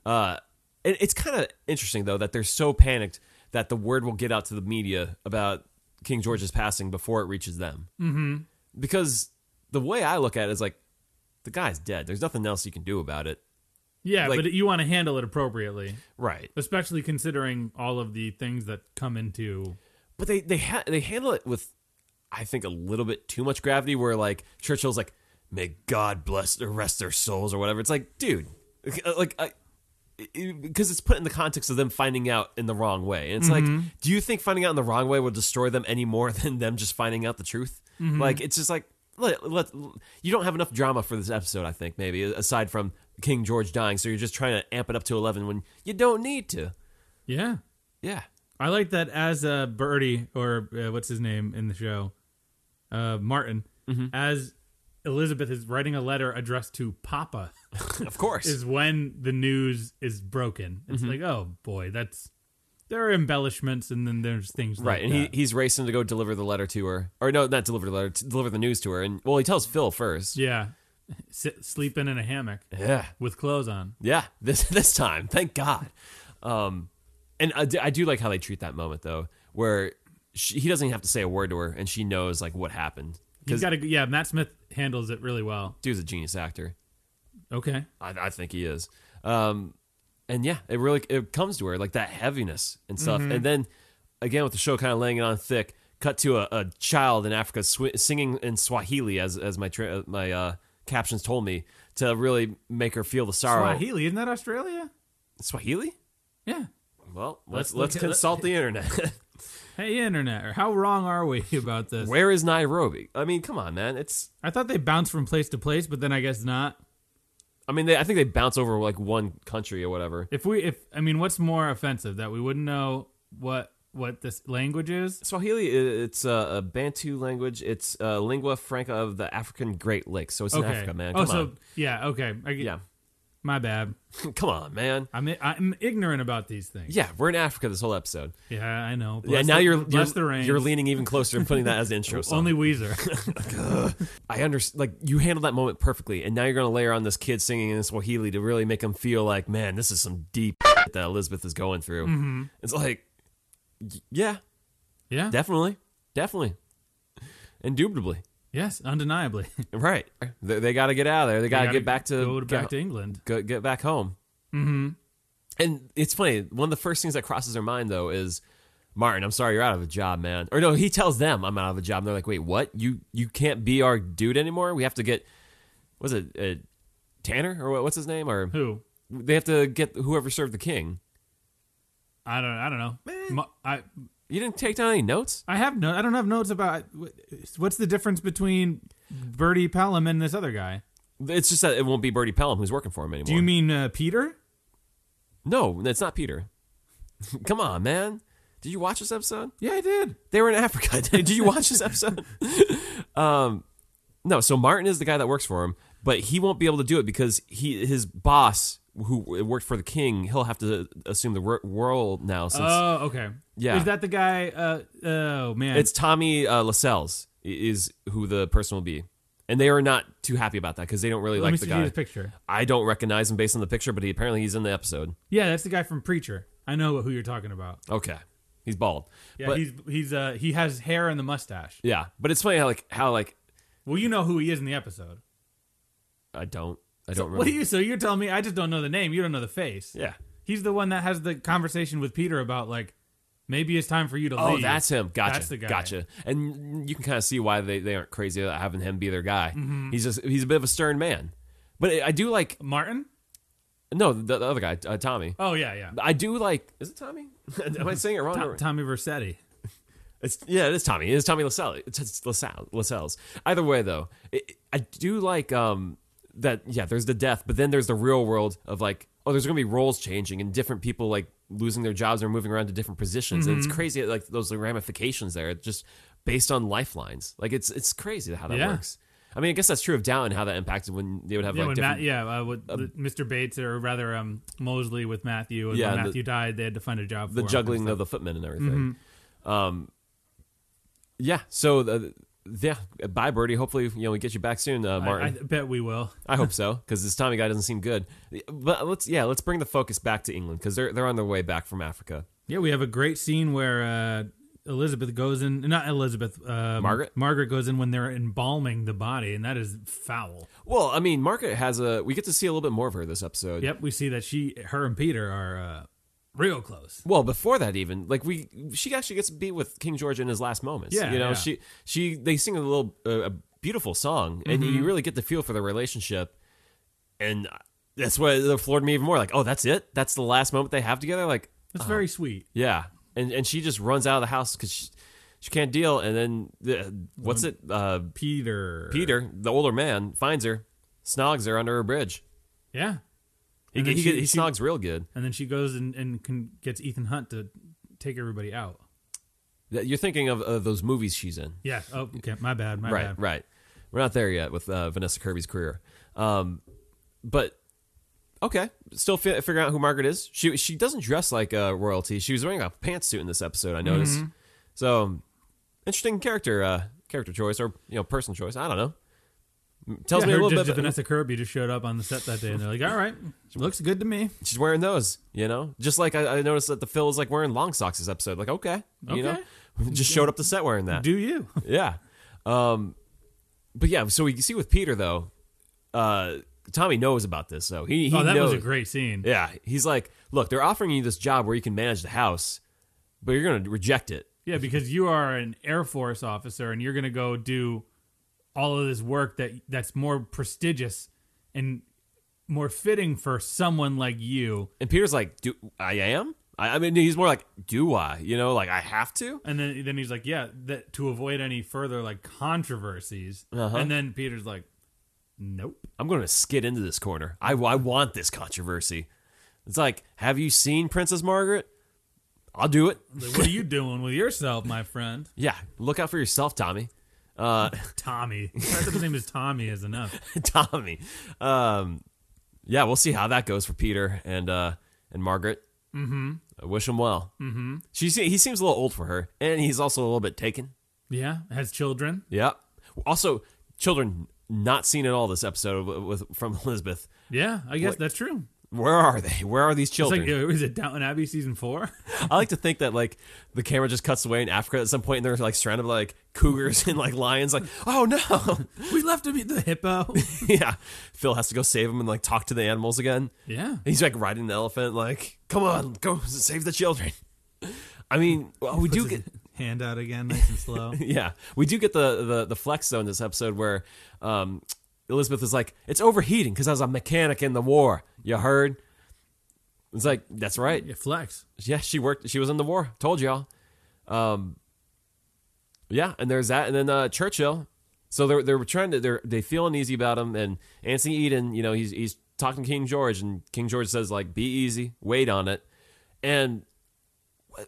Speaker 1: Uh, it, it's kind of interesting though that they're so panicked that the word will get out to the media about King George's passing before it reaches them. Mm-hmm. Because the way I look at it is like the guy's dead. There's nothing else you can do about it.
Speaker 3: Yeah,
Speaker 1: Like-
Speaker 3: but you want to handle it appropriately,
Speaker 1: Right.
Speaker 3: especially considering all of the things that come into
Speaker 1: But they they ha- they handle it with I think a little bit too much gravity. Where like Churchill's like, "May God bless the rest their souls" or whatever. It's like, dude, uh, like I. Because it's put in the context of them finding out in the wrong way, and it's like, do you think finding out in the wrong way will destroy them any more than them just finding out the truth? Like, it's just like, let, let, you don't have enough drama for this episode. I think maybe aside from King George dying, so you're just trying to amp it up to eleven when you don't need to.
Speaker 3: Yeah.
Speaker 1: Yeah,
Speaker 3: I like that as uh, Birdie or uh, what's his name in the show, uh, Martin,
Speaker 1: Mm-hmm.
Speaker 3: as Elizabeth is writing a letter addressed to Papa,
Speaker 1: of course.
Speaker 3: is when the news is broken. It's
Speaker 1: Mm-hmm.
Speaker 3: like, oh boy, that's there are embellishments, and then there's things
Speaker 1: Right,
Speaker 3: Like
Speaker 1: and
Speaker 3: that.
Speaker 1: he, he's racing to go deliver the letter to her, or no, not deliver the letter, to deliver the news to her. And well, he tells Phil first.
Speaker 3: yeah, Sit, sleeping in a hammock
Speaker 1: Yeah,
Speaker 3: with clothes on.
Speaker 1: yeah. This this time, thank God. Um, and I do, I do like how they treat that moment though, where she, he doesn't have to say a word to her, and she knows like what happened. Because
Speaker 3: He's got to yeah. Matt Smith handles it really well.
Speaker 1: dude's a genius actor.
Speaker 3: Okay,
Speaker 1: I, I think he is. Um, and yeah, it really it comes to her like that heaviness and stuff.
Speaker 3: Mm-hmm.
Speaker 1: And then again with the show kind of laying it on thick. Cut to a, a child in Africa sw- singing in Swahili, as as my tra- uh, my uh, captions told me, to really make her feel the sorrow.
Speaker 3: Swahili isn't that Australia?
Speaker 1: Swahili?
Speaker 3: Yeah,
Speaker 1: Well, let's
Speaker 3: Let's look
Speaker 1: let's,
Speaker 3: at-
Speaker 1: consult the internet.
Speaker 3: Hey, internet, or how wrong are we about this?
Speaker 1: Where is Nairobi? I mean, come on, man. It's
Speaker 3: I thought they bounced from place to place, but then I guess not.
Speaker 1: I mean, they, I think they bounce over like one country or whatever.
Speaker 3: If we, if I mean, what's more offensive that we wouldn't know what what this language is?
Speaker 1: Swahili, i- it's a, a Bantu language. It's a lingua franca of the African Great Lakes. So it's in Africa, man. Come
Speaker 3: oh, so
Speaker 1: on.
Speaker 3: yeah. Okay. I,
Speaker 1: Yeah.
Speaker 3: yeah. My bad.
Speaker 1: Come on, man.
Speaker 3: I'm i- I'm ignorant about these things.
Speaker 1: Yeah, we're in Africa this whole episode.
Speaker 3: Yeah, I know.
Speaker 1: yeah,
Speaker 3: Bless
Speaker 1: now
Speaker 3: the-
Speaker 1: you're you're,
Speaker 3: bless the rains.
Speaker 1: you're leaning even closer and putting that as the intro song.
Speaker 3: Only Weezer.
Speaker 1: I understand. Like you handled that moment perfectly, and now you're going to layer on this kid singing in Swahili to really make him feel like, man, this is some deep that Elizabeth is going through.
Speaker 3: Mm-hmm.
Speaker 1: It's like, y- yeah,
Speaker 3: yeah.
Speaker 1: definitely, definitely, indubitably,
Speaker 3: yes, undeniably. They
Speaker 1: right. They, they got to get out of there. They got to
Speaker 3: gotta
Speaker 1: get back to
Speaker 3: go to- back to England.
Speaker 1: go, get back home. Mm-hmm. And it's funny. One of the first things that crosses their mind though is Martin. I'm sorry, you're out of a job, man. Or no, he tells them I'm out of a job. And they're like, wait, what? You you can't be our dude anymore. We have to get was it uh, Tanner or what, what's his name? Or
Speaker 3: Who?
Speaker 1: they have to get whoever served the king.
Speaker 3: I don't. I don't know. Mo- I
Speaker 1: You didn't take down any notes.
Speaker 3: I have no. I don't have notes about wh- what's the difference between Bertie Pelham and this other guy.
Speaker 1: It's just that it won't be Bertie Pelham who's working for him anymore.
Speaker 3: Do you mean uh, Peter?
Speaker 1: no? It's not Peter. Come on, man. Did you watch this episode?
Speaker 3: Yeah, I did.
Speaker 1: They were in Africa. Did you watch this episode? um, no. So Martin is the guy that works for him, but he won't be able to do it because he his boss who worked for the king. He'll have to assume the ro- role now since
Speaker 3: Oh, okay.
Speaker 1: Yeah.
Speaker 3: Is that the guy? Uh, oh man,
Speaker 1: it's Tommy uh, Lascelles i- is who the person will be, and they are not too happy about that because they don't really like
Speaker 3: Let me
Speaker 1: the
Speaker 3: see his
Speaker 1: guy.
Speaker 3: picture.
Speaker 1: I don't recognize him based on the picture, but he apparently he's in the episode.
Speaker 3: Yeah, that's the guy from Preacher. I know who you're talking about.
Speaker 1: Okay, he's bald.
Speaker 3: Yeah,
Speaker 1: but,
Speaker 3: he's he's uh he has hair and the mustache.
Speaker 1: yeah, but it's funny how like how like
Speaker 3: Well, you know who he is in the episode.
Speaker 1: I don't I don't
Speaker 3: What
Speaker 1: remember.
Speaker 3: do you? So you're telling me I just don't know the name. You don't know the face.
Speaker 1: yeah.
Speaker 3: He's the one that has the conversation with Peter about like maybe it's time for you to
Speaker 1: Oh,
Speaker 3: leave.
Speaker 1: that's him. Gotcha.
Speaker 3: That's the guy.
Speaker 1: Gotcha. And you can kind of see why they, they aren't crazy about having him be their guy.
Speaker 3: Mm-hmm.
Speaker 1: He's just he's a bit of a stern man. But I do like
Speaker 3: Martin.
Speaker 1: no the, the other guy uh, Tommy.
Speaker 3: Oh yeah, yeah.
Speaker 1: I do like is it Tommy? Am I saying it wrong?
Speaker 3: Tom, Tommy Versetti.
Speaker 1: It's yeah, it is Tommy. It is Tommy Lascelles. It's, it's Lascelles. Lascelles. Either way, though, it, I do like um that. Yeah, there's the death, but then there's the real world of like, oh, there's gonna be roles changing and different people like losing their jobs or moving around to different positions, and
Speaker 3: Mm-hmm.
Speaker 1: it's crazy like those ramifications there, just based on lifelines. Like it's it's crazy how that
Speaker 3: Yeah.
Speaker 1: works. I mean, I guess that's true of Down how that impacted when they would have
Speaker 3: Yeah,
Speaker 1: like
Speaker 3: when
Speaker 1: different. Um,
Speaker 3: Matt, yeah, uh, with the- Mr. Bates or rather um, Mosley with Matthew. And
Speaker 1: Yeah,
Speaker 3: when
Speaker 1: and the-
Speaker 3: Matthew died, they had to find a job.
Speaker 1: the
Speaker 3: for him.
Speaker 1: juggling of the footmen and everything. Um,
Speaker 3: Mm-hmm.
Speaker 1: yeah. So the, yeah, bye, Birdie. Hopefully, you know we get you back soon, uh,
Speaker 3: I-
Speaker 1: Martin.
Speaker 3: I, bet we will.
Speaker 1: I hope so because this Tommy guy doesn't seem good. But let's yeah, let's bring the focus back to England because they're they're on their way back from Africa.
Speaker 3: Yeah, we have a great scene where uh, Elizabeth goes in. Not Elizabeth. Um,
Speaker 1: Margaret?
Speaker 3: Margaret goes in when they're embalming the body, and that is foul.
Speaker 1: Well, I mean, Margaret has a we get to see a little bit more of her this episode.
Speaker 3: Yep, we see that she, her, and Peter are uh, real close.
Speaker 1: Well, before that, even like we, she actually gets to be with King George in his last moments.
Speaker 3: Yeah,
Speaker 1: you know,
Speaker 3: yeah.
Speaker 1: she she they sing a little uh, a beautiful song, and
Speaker 3: Mm-hmm.
Speaker 1: you really get the feel for the relationship, and that's what it floored me even more. Like, oh, that's it. That's the last moment they have together. Like,
Speaker 3: That's very sweet.
Speaker 1: yeah, and and she just runs out of the house because she, she can't deal, and then the, what's
Speaker 3: Mm-hmm.
Speaker 1: it? Uh,
Speaker 3: Peter.
Speaker 1: Peter, the older man, finds her, snogs her under a bridge.
Speaker 3: Yeah,
Speaker 1: He,
Speaker 3: And
Speaker 1: he,
Speaker 3: then
Speaker 1: he,
Speaker 3: she- she-
Speaker 1: snogs real good.
Speaker 3: and then she goes and and can, gets Ethan Hunt to take everybody out.
Speaker 1: You're thinking of uh, those movies she's in.
Speaker 3: Yeah. Oh, okay. My bad. My
Speaker 1: right
Speaker 3: bad.
Speaker 1: right we're not there yet with uh, vanessa kirby's career um, but okay still fi- figuring out who margaret is she she doesn't dress like uh, royalty she was wearing a pantsuit in this episode i
Speaker 3: Mm-hmm.
Speaker 1: noticed so um, interesting character uh, character choice or you know person choice i don't know M- tells
Speaker 3: Yeah,
Speaker 1: me a
Speaker 3: her
Speaker 1: little
Speaker 3: just-
Speaker 1: bit about-
Speaker 3: Vanessa Kirby just showed up on the set that day, and they're like, "All right, looks good to me."
Speaker 1: she's wearing those you know just like I, I noticed that the phil is like wearing long socks this episode like okay you know
Speaker 3: Okay.
Speaker 1: just showed up to set wearing that
Speaker 3: Do you?
Speaker 1: yeah. Um, but yeah, so we see with Peter though, uh, Tommy knows about this, so he, he
Speaker 3: oh, that
Speaker 1: knows.
Speaker 3: was a great scene.
Speaker 1: yeah, he's like, look, they're offering you this job where you can manage the house, but you're gonna reject it.
Speaker 3: Yeah, because you are an Air Force officer, and you're going to go do all of this work that that's more prestigious and more fitting for someone like you.
Speaker 1: And Peter's like, do I am? I, I mean, he's more like, do I? You know, like I have to.
Speaker 3: And then then he's like, yeah, that to avoid any further like controversies.
Speaker 1: Uh-huh.
Speaker 3: And then Peter's like, nope.
Speaker 1: I'm going to skid into this corner. I, I want this controversy. It's like, have you seen Princess Margaret? I'll do it.
Speaker 3: Like, what are you doing with yourself, my friend?
Speaker 1: Yeah, look out for yourself, Tommy. Uh,
Speaker 3: Tommy. The fact that his name is Tommy is enough.
Speaker 1: Tommy. Um, yeah, we'll see how that goes for Peter and uh, and Margaret. Mm-hmm. I wish him well. Mm-hmm. She se- he seems a little old for her, and he's also a little bit taken.
Speaker 3: Yeah, has children.
Speaker 1: Yeah. Also, children not seen at all this episode w- with, from Elizabeth.
Speaker 3: Yeah, I guess
Speaker 1: Wait.
Speaker 3: that's true.
Speaker 1: Where are they? Where are these
Speaker 3: It's
Speaker 1: children?
Speaker 3: like, uh, is it Downton Abbey season four?
Speaker 1: I like to think that like the camera just cuts away in Africa at some point, and they're like surrounded by like cougars and like lions. Like, oh no,
Speaker 3: we left him at the hippo.
Speaker 1: yeah. Phil has to go save him and like talk to the animals again.
Speaker 3: yeah.
Speaker 1: And he's like riding the elephant, like, come on, go save the children. I mean, well, we do
Speaker 3: Puts
Speaker 1: get,
Speaker 3: his hand out again, nice and slow.
Speaker 1: yeah, we do get the the, the flex zone this episode where um, Elizabeth is like, it's overheating because I was a mechanic in the war. You heard? It's like that's right.
Speaker 3: Yeah, flex.
Speaker 1: Yeah, she worked. She was in the war. Told y'all. Um, yeah, and there's that, and then uh, Churchill. So they're they're trying to they're they feel uneasy about him, and Anthony Eden, you know, he's he's talking to King George, and King George says like, "Be easy, wait on it," and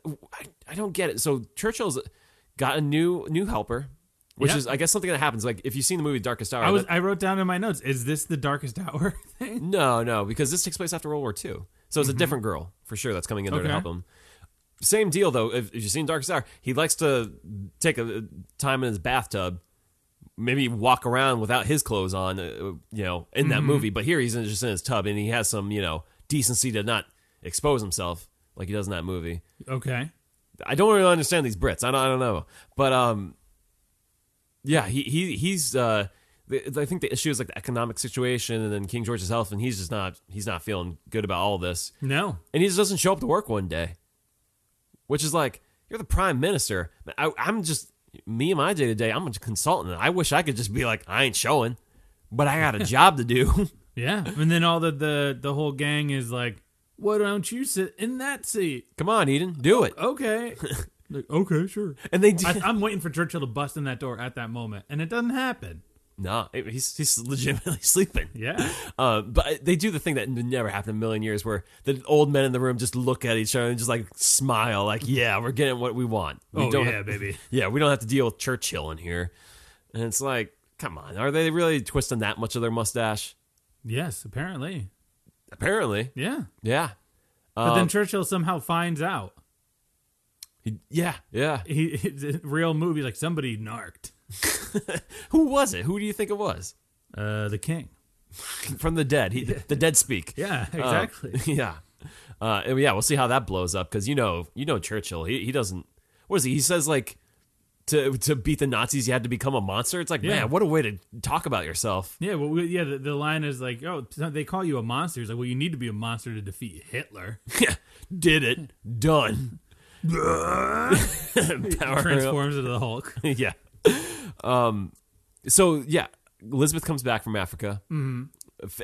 Speaker 1: I, I don't get it. So Churchill's got a new new helper, which
Speaker 3: Yeah.
Speaker 1: is I guess something that happens. Like if you've seen the movie Darkest Hour,
Speaker 3: I was.
Speaker 1: that-
Speaker 3: I wrote down in my notes. Is this the darkest hour thing?
Speaker 1: no, no, because this takes place after World War II. So it's a different girl for sure that's coming in there to
Speaker 3: Okay.
Speaker 1: help him. Same deal though. If, if you've seen Dark Star, he likes to take a uh, time in his bathtub, maybe walk around without his clothes on. Uh, you know, in that movie, but here he's in, just in his tub and he has some you know decency to not expose himself like he does in that movie.
Speaker 3: Okay.
Speaker 1: I don't really understand these Brits. I don't, I don't know, but um, yeah, he he he's uh, the, I think the issue is like the economic situation, and then King George's health, and he's just not he's not feeling good about all this,
Speaker 3: No.
Speaker 1: and he just doesn't show up to work one day, which is like you're the prime minister. I, I'm just me and my day to day. I'm a consultant. I wish I could just be like I ain't showing, but I got a job to do.
Speaker 3: Yeah. And then all the the the whole gang is like, "Why don't you sit in that seat?"
Speaker 1: Come on, Eden, do it.
Speaker 3: Okay. like, okay, sure.
Speaker 1: And they did.
Speaker 3: I, I'm waiting for Churchill to bust in that door at that moment, and it doesn't happen.
Speaker 1: no, he's he's legitimately sleeping.
Speaker 3: Yeah.
Speaker 1: Uh, but they do the thing that never happened in a million years, where the old men in the room just look at each other and just like smile, like "Yeah, we're getting what we want." We
Speaker 3: oh
Speaker 1: don't
Speaker 3: yeah,
Speaker 1: have-
Speaker 3: baby.
Speaker 1: yeah, we don't have to deal with Churchill in here. And it's like, come on, are they really twisting that much of their mustache?
Speaker 3: Yes, apparently.
Speaker 1: Apparently,
Speaker 3: Yeah.
Speaker 1: yeah,
Speaker 3: But then Churchill somehow finds out.
Speaker 1: He- yeah, yeah.
Speaker 3: He it's a real movie like somebody narked.
Speaker 1: Who was it? Who do you think it was
Speaker 3: Uh, the king.
Speaker 1: from the dead? He, the dead speak.
Speaker 3: Yeah,
Speaker 1: Uh,
Speaker 3: exactly.
Speaker 1: yeah. Uh, and yeah, we'll see how that blows up because you know, you know Churchill. He he doesn't. What is he? He says like to to beat the Nazis, you had to become a monster. It's like
Speaker 3: Yeah.
Speaker 1: man, what a way to talk about yourself.
Speaker 3: yeah, well, we, yeah. The, the line is like, "Oh, they call you a monster." He's like, "Well, you need to be a monster to defeat Hitler."
Speaker 1: Did it? Done. Power up.
Speaker 3: Transforms into the Hulk.
Speaker 1: yeah. Um. So yeah, Elizabeth comes back from Africa, mm-hmm.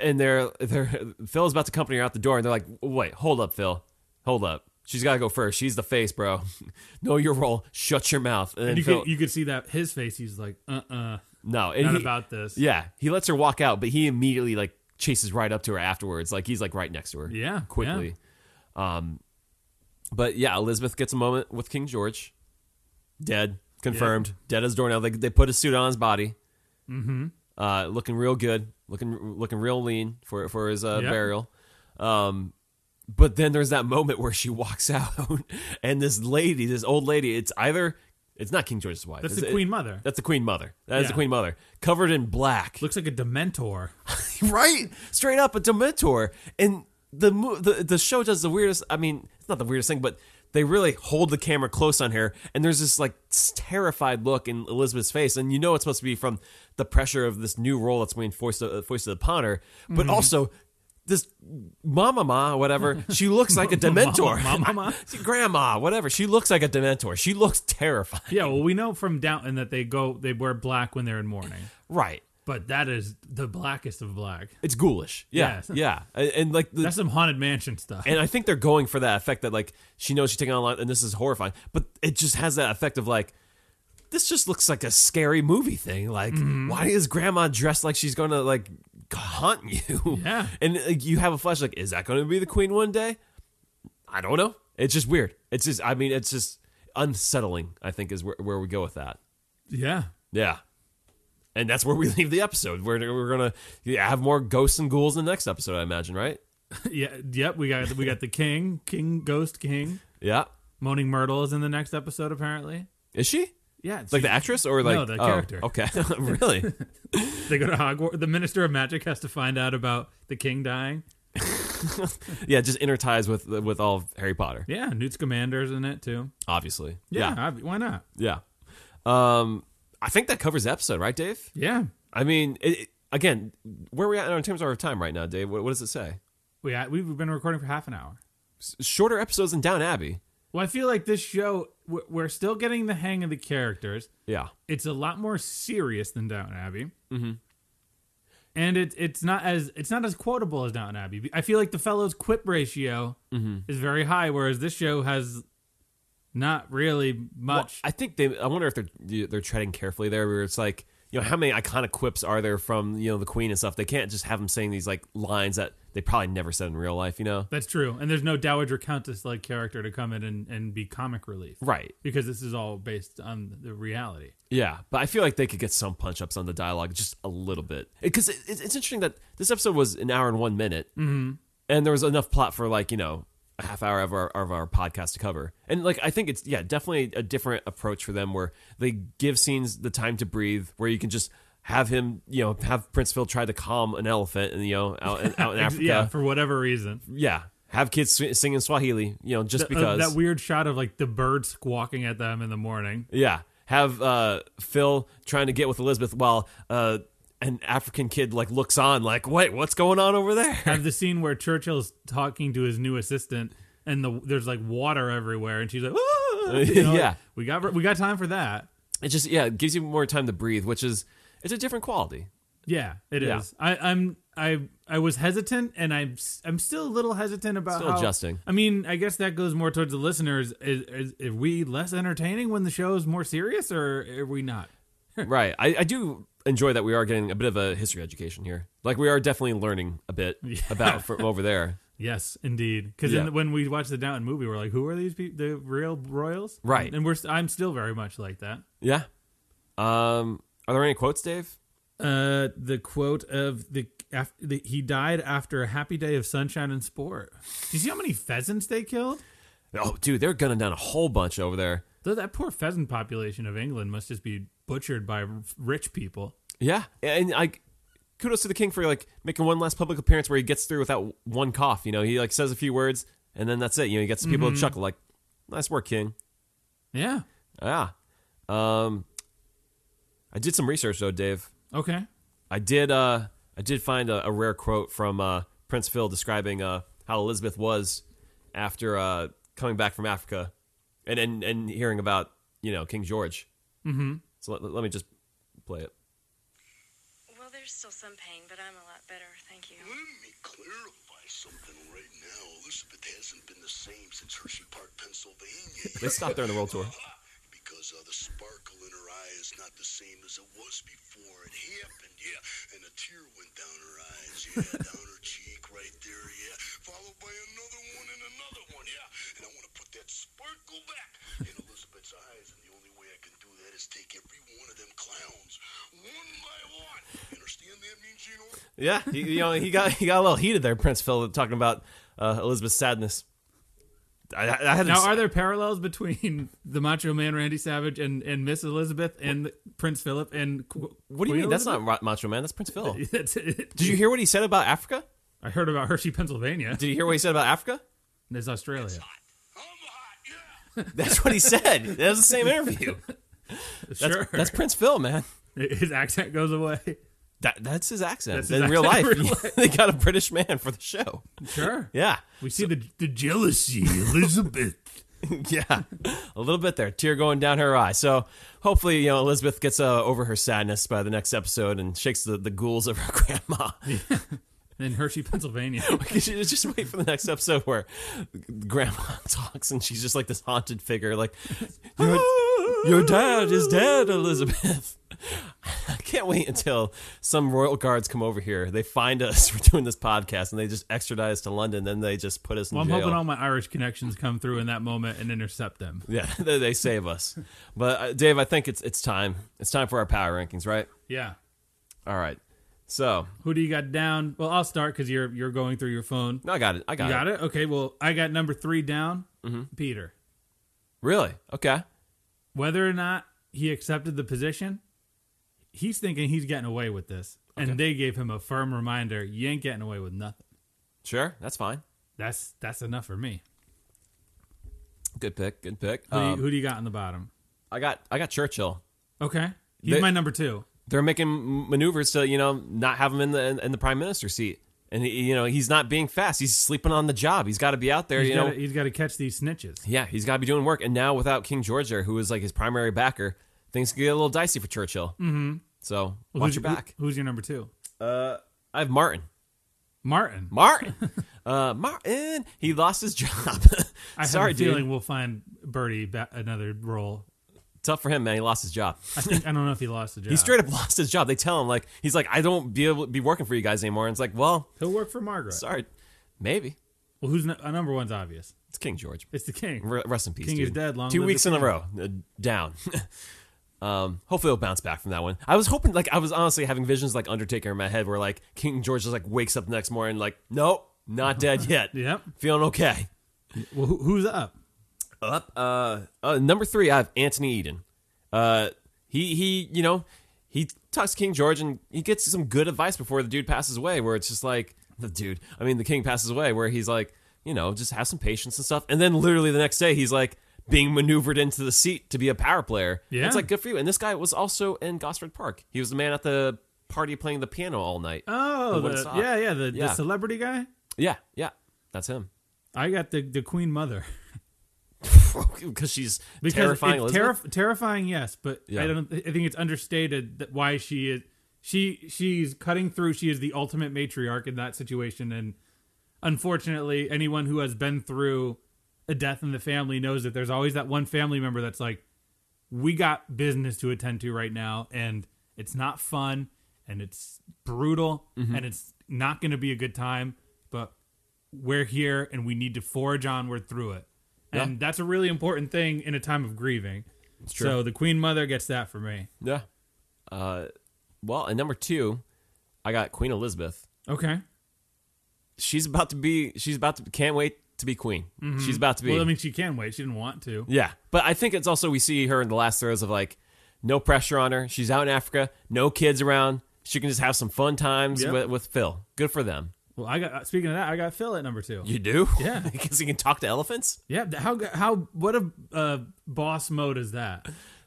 Speaker 1: and they're they're Phil's about to accompany her out the door, and they're like, "Wait, hold up, Phil, hold up." She's got to go first. She's the face, bro. know your role. Shut your mouth. And, then
Speaker 3: You
Speaker 1: Phil,
Speaker 3: could, you could see that his face. He's like, "Uh, uh
Speaker 1: no, and
Speaker 3: not
Speaker 1: he-
Speaker 3: about this."
Speaker 1: Yeah, he lets her walk out, but he immediately like chases right up to her afterwards. Like he's like right next to her.
Speaker 3: Yeah,
Speaker 1: quickly. Um, but yeah, Elizabeth gets a moment with King George, dead, confirmed, dead as a doornail. They they put a suit on his body, mm-hmm. uh, looking real good, looking looking real lean for for his uh,
Speaker 3: Yeah.
Speaker 1: burial. Um, but then there's that moment where she walks out, and this lady, this old lady, it's either it's not King George's wife.
Speaker 3: That's
Speaker 1: It's-
Speaker 3: the
Speaker 1: it-
Speaker 3: Queen Mother.
Speaker 1: that's the Queen Mother. That is the
Speaker 3: Yeah.
Speaker 1: Queen Mother, covered in black,
Speaker 3: Looks like a Dementor.
Speaker 1: right? Straight up a Dementor. And the mo- the the show does the weirdest. I mean, it's not the weirdest thing, but they really hold the camera close on her, and there's this like s- terrified look in Elizabeth's face, and you know it's supposed to be from the pressure of this new role that's being foisted, uh, foisted upon her,
Speaker 3: Mm-hmm.
Speaker 1: but also. This mama ma whatever she looks like a dementor
Speaker 3: Mama Ma?
Speaker 1: grandma whatever she looks like a dementor she looks terrified
Speaker 3: Yeah, well, we know from Downton that they go, they wear black when they're in mourning.
Speaker 1: Right.
Speaker 3: but that is the blackest of black.
Speaker 1: It's ghoulish. Yeah, yeah,
Speaker 3: Yeah.
Speaker 1: And, and, like the,
Speaker 3: That's some haunted mansion stuff.
Speaker 1: and I think they're going for that effect that like she knows she's taking on a lot, and this is horrifying. But it just has that effect of like this just looks like a scary movie thing. Like, why is Grandma dressed like she's going to like haunt you?
Speaker 3: Yeah.
Speaker 1: and like, you have a flash like, is that going to be the Queen one day? I don't know. It's just weird. It's just I mean, it's just unsettling. I think is where, where we go with that.
Speaker 3: yeah.
Speaker 1: Yeah. And that's where we leave the episode. We're, we're going to have more ghosts and ghouls in the next episode, I imagine, right?
Speaker 3: Yeah, yep, we got we got the king, King Ghost King.
Speaker 1: Yeah.
Speaker 3: Moaning Myrtle is in the next episode apparently.
Speaker 1: Is she?
Speaker 3: Yeah, it's-
Speaker 1: Like the actress or like
Speaker 3: No, the
Speaker 1: oh,
Speaker 3: character.
Speaker 1: Okay. really?
Speaker 3: they go to Hogwarts. The Minister of Magic has to find out about the king dying.
Speaker 1: Yeah, just interties with with all of Harry Potter,
Speaker 3: Yeah, Newt's Commander's in it too.
Speaker 1: obviously.
Speaker 3: Yeah,
Speaker 1: Yeah.
Speaker 3: ob- why not?
Speaker 1: Yeah. Um I think that covers the episode, right, Dave?
Speaker 3: Yeah,
Speaker 1: I mean, it, it- again, where are we at in terms of our time right now, Dave? What, what does it say?
Speaker 3: we we've been recording for half an hour.
Speaker 1: S- Shorter episodes than Down Abbey.
Speaker 3: Well, I feel like this show we're- we're still getting the hang of the characters.
Speaker 1: Yeah.
Speaker 3: It's a lot more serious than Downton Abbey. Mm-hmm. And it, it's not as it's not as quotable as Downton Abbey. I feel like the fellow's quip ratio is very high, whereas this show has not really
Speaker 1: Well,
Speaker 3: much.
Speaker 1: I think they. I wonder if they're they're treading carefully there, where it's like you know how many iconic quips are there from you know the Queen and stuff. They can't just have them saying these like lines that they probably never said in real life. You know,
Speaker 3: That's true. And there's no Dowager Countess like character to come in and, and be comic relief.
Speaker 1: right?
Speaker 3: Because this is all based on the reality.
Speaker 1: Yeah, but I feel like they could get some punch ups on the dialogue just a little bit because it, it's it's interesting that this episode was an hour and one minute,
Speaker 3: Mm-hmm.
Speaker 1: and there was enough plot for like you know a half hour of our of our podcast to cover. And like I think it's yeah definitely a different approach for them where they give scenes the time to breathe, where you can just have him you know have Prince Phil try to calm an elephant and you know out in, out in Africa,
Speaker 3: Yeah,
Speaker 1: yeah.
Speaker 3: for whatever reason.
Speaker 1: Have kids sw- sing in Swahili, you know, just
Speaker 3: Uh,
Speaker 1: because.
Speaker 3: that weird shot of like the bird squawking at them in the morning.
Speaker 1: Yeah. Have uh, Phil trying to get with Elizabeth while uh, an African kid like looks on, like, wait, what's going on over there?
Speaker 3: Have the scene where Churchill's talking to his new assistant and the, there's like water everywhere and she's like, "Ah!" You know,
Speaker 1: Yeah.
Speaker 3: we got we got time for that.
Speaker 1: It just yeah, it gives you more time to breathe, which is it's a different quality.
Speaker 3: Yeah, it is.
Speaker 1: Yeah.
Speaker 3: I, I'm I I was hesitant, and I'm s- I'm still a little hesitant about
Speaker 1: Still
Speaker 3: how-
Speaker 1: adjusting.
Speaker 3: I mean, I guess that goes more towards the listeners. Is, is, are we less entertaining when the show is more serious, or are we not?
Speaker 1: right. I, I do enjoy that we are getting a bit of a history education here. Like we are definitely learning a bit about from over there.
Speaker 3: Yes, indeed. Because
Speaker 1: Yeah.
Speaker 3: when we watch the Downton movie, we're like, who are these people? The real royals,
Speaker 1: Right.
Speaker 3: And we're s- I'm still very much like that.
Speaker 1: Yeah. Um are there any quotes, Dave?
Speaker 3: Uh, the quote of the, af- the he died after a happy day of sunshine and sport. Do you see how many pheasants they killed?
Speaker 1: Oh, dude, they're gunning down a whole bunch over there.
Speaker 3: Though that poor pheasant population of England must just be butchered by r- rich people.
Speaker 1: Yeah, and I kudos to the king for like making one last public appearance where he gets through without one cough. You know, he like says a few words and then that's it. You know, he gets the people to chuckle like, "Nice work, king."
Speaker 3: Yeah.
Speaker 1: Yeah. Um, I did some research though, Dave.
Speaker 3: Okay.
Speaker 1: I did. Uh, I did find a, a rare quote from uh, Prince Phil describing uh, how Elizabeth was after uh, coming back from Africa, and and and hearing about you know King George. Mm-hmm. So let, let me just play it.
Speaker 4: Well, there's still some pain, but I'm a lot better, thank you.
Speaker 2: Let me clarify something right now. Elizabeth hasn't been the same since Hershey Park, Pennsylvania.
Speaker 1: They stopped there in the world tour.
Speaker 2: Because uh, the sparkle in her eye is not the same as it was before it happened, yeah. And a tear went down her eyes, yeah, down her cheek right there, yeah. Followed by another one and another one, yeah. And I want to put that sparkle back in Elizabeth's eyes, and the only way I can do that is take every one of them clowns, one by one. Understand that, Mean Gino?
Speaker 1: Yeah, he, you know, he got he got a little heated there, Prince Phil, talking about uh, Elizabeth's sadness. I, I, I had
Speaker 3: Now,
Speaker 1: to-
Speaker 3: are there parallels between the Macho Man Randy Savage and, and Miss Elizabeth and Prince Philip and Qu-
Speaker 1: what do you mean? That's not Ra- Macho Man. That's Prince Phil.
Speaker 3: That's it.
Speaker 1: Did you hear what he said about Africa?
Speaker 3: I heard about Hershey, Pennsylvania.
Speaker 1: Did you hear what he said about Africa?
Speaker 3: There's Australia.
Speaker 2: I'm hot, yeah.
Speaker 1: That's what he said. That was the same interview. That's,
Speaker 3: sure.
Speaker 1: that's Prince Phil, man.
Speaker 3: His accent goes away.
Speaker 1: That, that's his accent
Speaker 3: That's his
Speaker 1: in real life.
Speaker 3: accent in real life.
Speaker 1: they got a British man for the show.
Speaker 3: Sure.
Speaker 1: Yeah,
Speaker 3: We see the the jealousy, Elizabeth.
Speaker 1: yeah, a little bit there, tear going down her eye. So hopefully, you know, Elizabeth gets uh, over her sadness by the next episode and shakes the, the ghouls of her grandma.
Speaker 3: in Hershey, Pennsylvania.
Speaker 1: We should just wait for the next episode where grandma talks and she's just like this haunted figure, like, your, your dad is dead, Elizabeth. I can't wait until some royal guards come over here. They find us, we're doing this podcast, and they just extradite us to London. Then they just put us in
Speaker 3: Well, I'm
Speaker 1: jail.
Speaker 3: hoping all my Irish connections come through in that moment and intercept them.
Speaker 1: yeah, they they save us. But uh, Dave, I think it's it's time. It's time for our power rankings, right?
Speaker 3: Yeah.
Speaker 1: All right. So
Speaker 3: Who do you got down? Well, I'll start because you're you're going through your phone.
Speaker 1: no, I got it. Mm-hmm. I got,
Speaker 3: You got it. Okay. Well, I got number three down. Peter.
Speaker 1: Really? Okay.
Speaker 3: Whether or not he accepted the position, he's thinking he's getting away with this, and they gave him a firm reminder: you ain't getting away with nothing.
Speaker 1: Sure. That's fine.
Speaker 3: That's that's enough for me.
Speaker 1: Good pick. Good pick.
Speaker 3: Who, do you,
Speaker 1: Um,
Speaker 3: who do you got on the bottom?
Speaker 1: I got I got Churchill.
Speaker 3: Okay, he's
Speaker 1: they-
Speaker 3: my number two.
Speaker 1: they're making m- maneuvers to you know not have him in the in, in the prime minister seat and he, you know he's not being fast he's sleeping on the job he's got to be out there
Speaker 3: He's
Speaker 1: you
Speaker 3: gotta-
Speaker 1: know
Speaker 3: he's got to catch these snitches.
Speaker 1: yeah he's got to be doing work and now without king george there who is like his primary backer things could get a little dicey for churchill mm-hmm. so watch
Speaker 3: who's,
Speaker 1: your back
Speaker 3: who- who's your number two?
Speaker 1: i have martin
Speaker 3: Martin.
Speaker 1: martin uh martin he lost his job
Speaker 3: I
Speaker 1: sorry
Speaker 3: have a feeling
Speaker 1: dude
Speaker 3: we'll find Birdie ba- another role.
Speaker 1: tough for him man he lost his job
Speaker 3: I think I don't know if he lost the job.
Speaker 1: he straight up lost his job they tell him like he's like i don't be able to be working for you guys anymore and it's like well
Speaker 3: He'll work for Margaret.
Speaker 1: sorry maybe
Speaker 3: Well, who's n- uh, number one's obvious?
Speaker 1: it's king george
Speaker 3: It's the king.
Speaker 1: Re- Rest in peace.
Speaker 3: King is
Speaker 1: dude.
Speaker 3: dead, long
Speaker 1: Two
Speaker 3: live
Speaker 1: weeks
Speaker 3: the
Speaker 1: in a
Speaker 3: king.
Speaker 1: row, uh, down. um, hopefully he'll bounce back from that one. I was hoping, like, I was honestly having visions like Undertaker in my head, where like King George just like wakes up the next morning, like, nope, not dead yet.
Speaker 3: Yep.
Speaker 1: feeling okay.
Speaker 3: Well, who, who's up?
Speaker 1: Up. Uh, uh, number three, I have Anthony Eden. Uh, he he, you know, he talks to King George and he gets some good advice before the dude passes away, where it's just like the dude. I mean, the king passes away, where he's like, you know, just have some patience and stuff. And then literally the next day, he's like being maneuvered into the seat to be a power player.
Speaker 3: Yeah.
Speaker 1: it's like good for you. And this guy was also in Gosford Park. He was the man at the party playing the piano all night.
Speaker 3: Oh,
Speaker 1: Who would've
Speaker 3: the,
Speaker 1: thought?
Speaker 3: yeah, yeah, the,
Speaker 1: Yeah.
Speaker 3: the celebrity guy.
Speaker 1: yeah, yeah, that's him.
Speaker 3: I got the the Queen Mother
Speaker 1: Because she's
Speaker 3: because
Speaker 1: terrifying.
Speaker 3: it's
Speaker 1: Elizabeth?
Speaker 3: terri- terrifying, yes, but
Speaker 1: Yeah.
Speaker 3: I don't. I think it's understated that why she is she she's cutting through. She is the ultimate matriarch in that situation, and unfortunately, anyone who has been through a death in the family knows that there's always that one family member that's like, we got business to attend to right now, and it's not fun, and it's brutal,
Speaker 1: Mm-hmm.
Speaker 3: and it's not going to be a good time, but we're here and we need to forge onward through it. And that's a really important thing in a time of grieving.
Speaker 1: true.
Speaker 3: So the Queen Mother gets that for me.
Speaker 1: Yeah. Uh, well, and number two, I got Queen Elizabeth.
Speaker 3: Okay.
Speaker 1: She's about to be. She's about to. Can't wait to be queen. She's about to be.
Speaker 3: Mm-hmm. Well, I mean, she can wait. She didn't want to.
Speaker 1: yeah, but I think it's also we see her in the last throes of like, no pressure on her. She's out in Africa, no kids around. She can just have some fun times
Speaker 3: Yep.
Speaker 1: with, with Phil. Good for them.
Speaker 3: Well, I got speaking of that, I got Phil at number two.
Speaker 1: You do?
Speaker 3: Yeah.
Speaker 1: because he can talk to elephants.
Speaker 3: Yeah. How how what a uh, boss mode is that?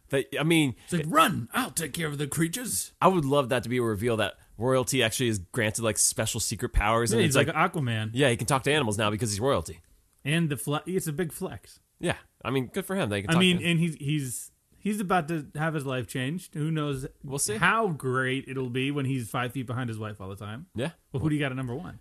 Speaker 1: That I mean,
Speaker 3: It's like run. I'll take care of the creatures.
Speaker 1: I would love that to be a reveal that royalty actually is granted like special secret powers,
Speaker 3: Yeah,
Speaker 1: and
Speaker 3: he's
Speaker 1: it's like,
Speaker 3: like, Aquaman,
Speaker 1: yeah, he can talk to animals now because he's royalty.
Speaker 3: and the fle- it's a big flex.
Speaker 1: Yeah, I mean, good for him. They can. Talk
Speaker 3: I mean,
Speaker 1: to
Speaker 3: and he's he's he's about to have his life changed. Who knows?
Speaker 1: We'll see.
Speaker 3: how great it'll be when he's five feet behind his wife all the time.
Speaker 1: yeah.
Speaker 3: Well, who do you got at number one?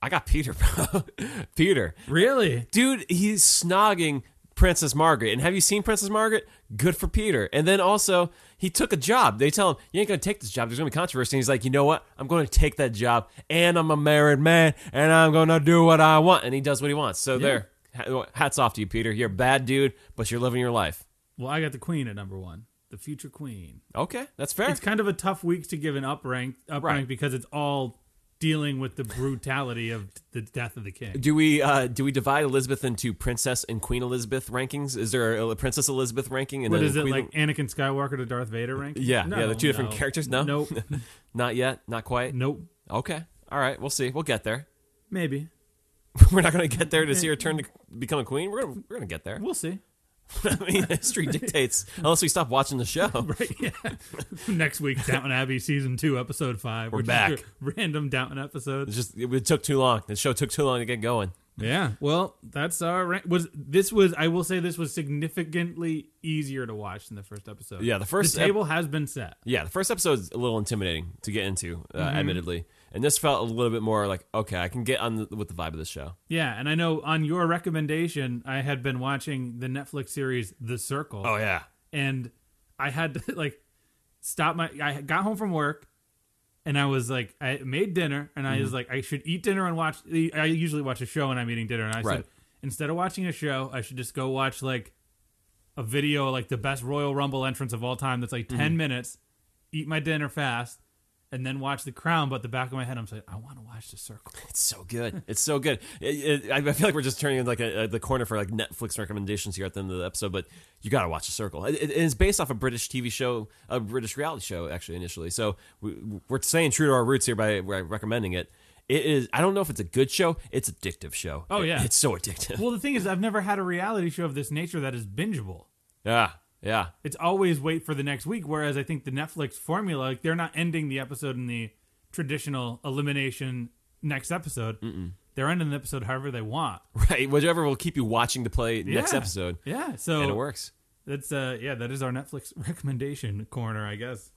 Speaker 1: I got Peter, bro. Peter.
Speaker 3: Really?
Speaker 1: Dude, he's snogging Princess Margaret. And have you seen Princess Margaret? Good for Peter. And then also, he took a job. They tell him, You ain't going to take this job. There's going to be controversy. And he's like, You know what? I'm going to take that job. And I'm a married man. And I'm going to do what I want. And he does what he wants. So there. Ha- Hats off to you, Peter. You're a bad dude, but you're living your life.
Speaker 3: Well, I got the Queen at number one, the future Queen.
Speaker 1: Okay, that's fair.
Speaker 3: It's kind of a tough week to give an up rank, up
Speaker 1: Right.
Speaker 3: rank because it's all dealing with the brutality of the death of the king.
Speaker 1: do we uh, do we divide Elizabeth into Princess and Queen Elizabeth rankings? Is there a Princess Elizabeth ranking? And
Speaker 3: What
Speaker 1: then
Speaker 3: is it
Speaker 1: Queen
Speaker 3: like? Anakin Skywalker to Darth Vader rank?
Speaker 1: Yeah, yeah, they're two
Speaker 3: no.
Speaker 1: different characters. No,
Speaker 3: nope,
Speaker 1: not yet, not quite.
Speaker 3: nope,
Speaker 1: Okay, all right, we'll see. We'll get there.
Speaker 3: maybe
Speaker 1: We're not going to get there to see her turn to become a queen. We're gonna, we're going to get there.
Speaker 3: we'll see.
Speaker 1: I mean, history dictates unless we stop watching the show.
Speaker 3: Right, yeah. Next week, Downton Abbey season two, episode five. We're
Speaker 1: back.
Speaker 3: Random Downton
Speaker 1: It's
Speaker 3: episodes.
Speaker 1: just it, took too long. The show took too long to get going.
Speaker 3: Yeah. Well, that's our rank. Was this was I will say this was significantly easier to watch than the first episode.
Speaker 1: Yeah, the first
Speaker 3: the
Speaker 1: ep-
Speaker 3: table has been set.
Speaker 1: Yeah, the first episode's a little intimidating to get into, uh,
Speaker 3: Mm-hmm.
Speaker 1: admittedly, and this felt a little bit more like okay, I can get on the, with the vibe of this show.
Speaker 3: Yeah, and I know on your recommendation, I had been watching the Netflix series The Circle.
Speaker 1: yeah,
Speaker 3: and I had to like stop my. I got home from work, and I was like, I made dinner, and I was like, I should eat dinner and watch. I usually watch a show when I'm eating dinner, and I said
Speaker 1: Right.
Speaker 3: instead of watching a show, I should just go watch like a video like the best Royal Rumble entrance of all time. That's like 10 minutes. Eat my dinner fast. And then watch The Crown, but the back of my head, I'm saying, I want to watch The Circle.
Speaker 1: it's so good. It's so good. It, it, I I feel like we're just turning like a, a, the corner for like Netflix recommendations here at the end of the episode, but you got to watch The Circle. It, it- it's based off a British TV show, a British reality show actually initially. So we, we're staying true to our roots here by, by recommending it. It is. I don't know if it's a good show. It's addictive show.
Speaker 3: Oh,
Speaker 1: It-
Speaker 3: yeah.
Speaker 1: it's so addictive.
Speaker 3: Well, the thing is, I've never had a reality show of this nature that is bingeable.
Speaker 1: yeah, yeah.
Speaker 3: it's always wait for the next week. Whereas I think the Netflix formula, like they're not ending the episode in the traditional elimination next episode. They're ending the episode however they want.
Speaker 1: Right. Whichever will keep you watching to play next
Speaker 3: Yeah.
Speaker 1: episode.
Speaker 3: Yeah. So
Speaker 1: And it works.
Speaker 3: That's uh yeah, that is our Netflix recommendation corner, I guess.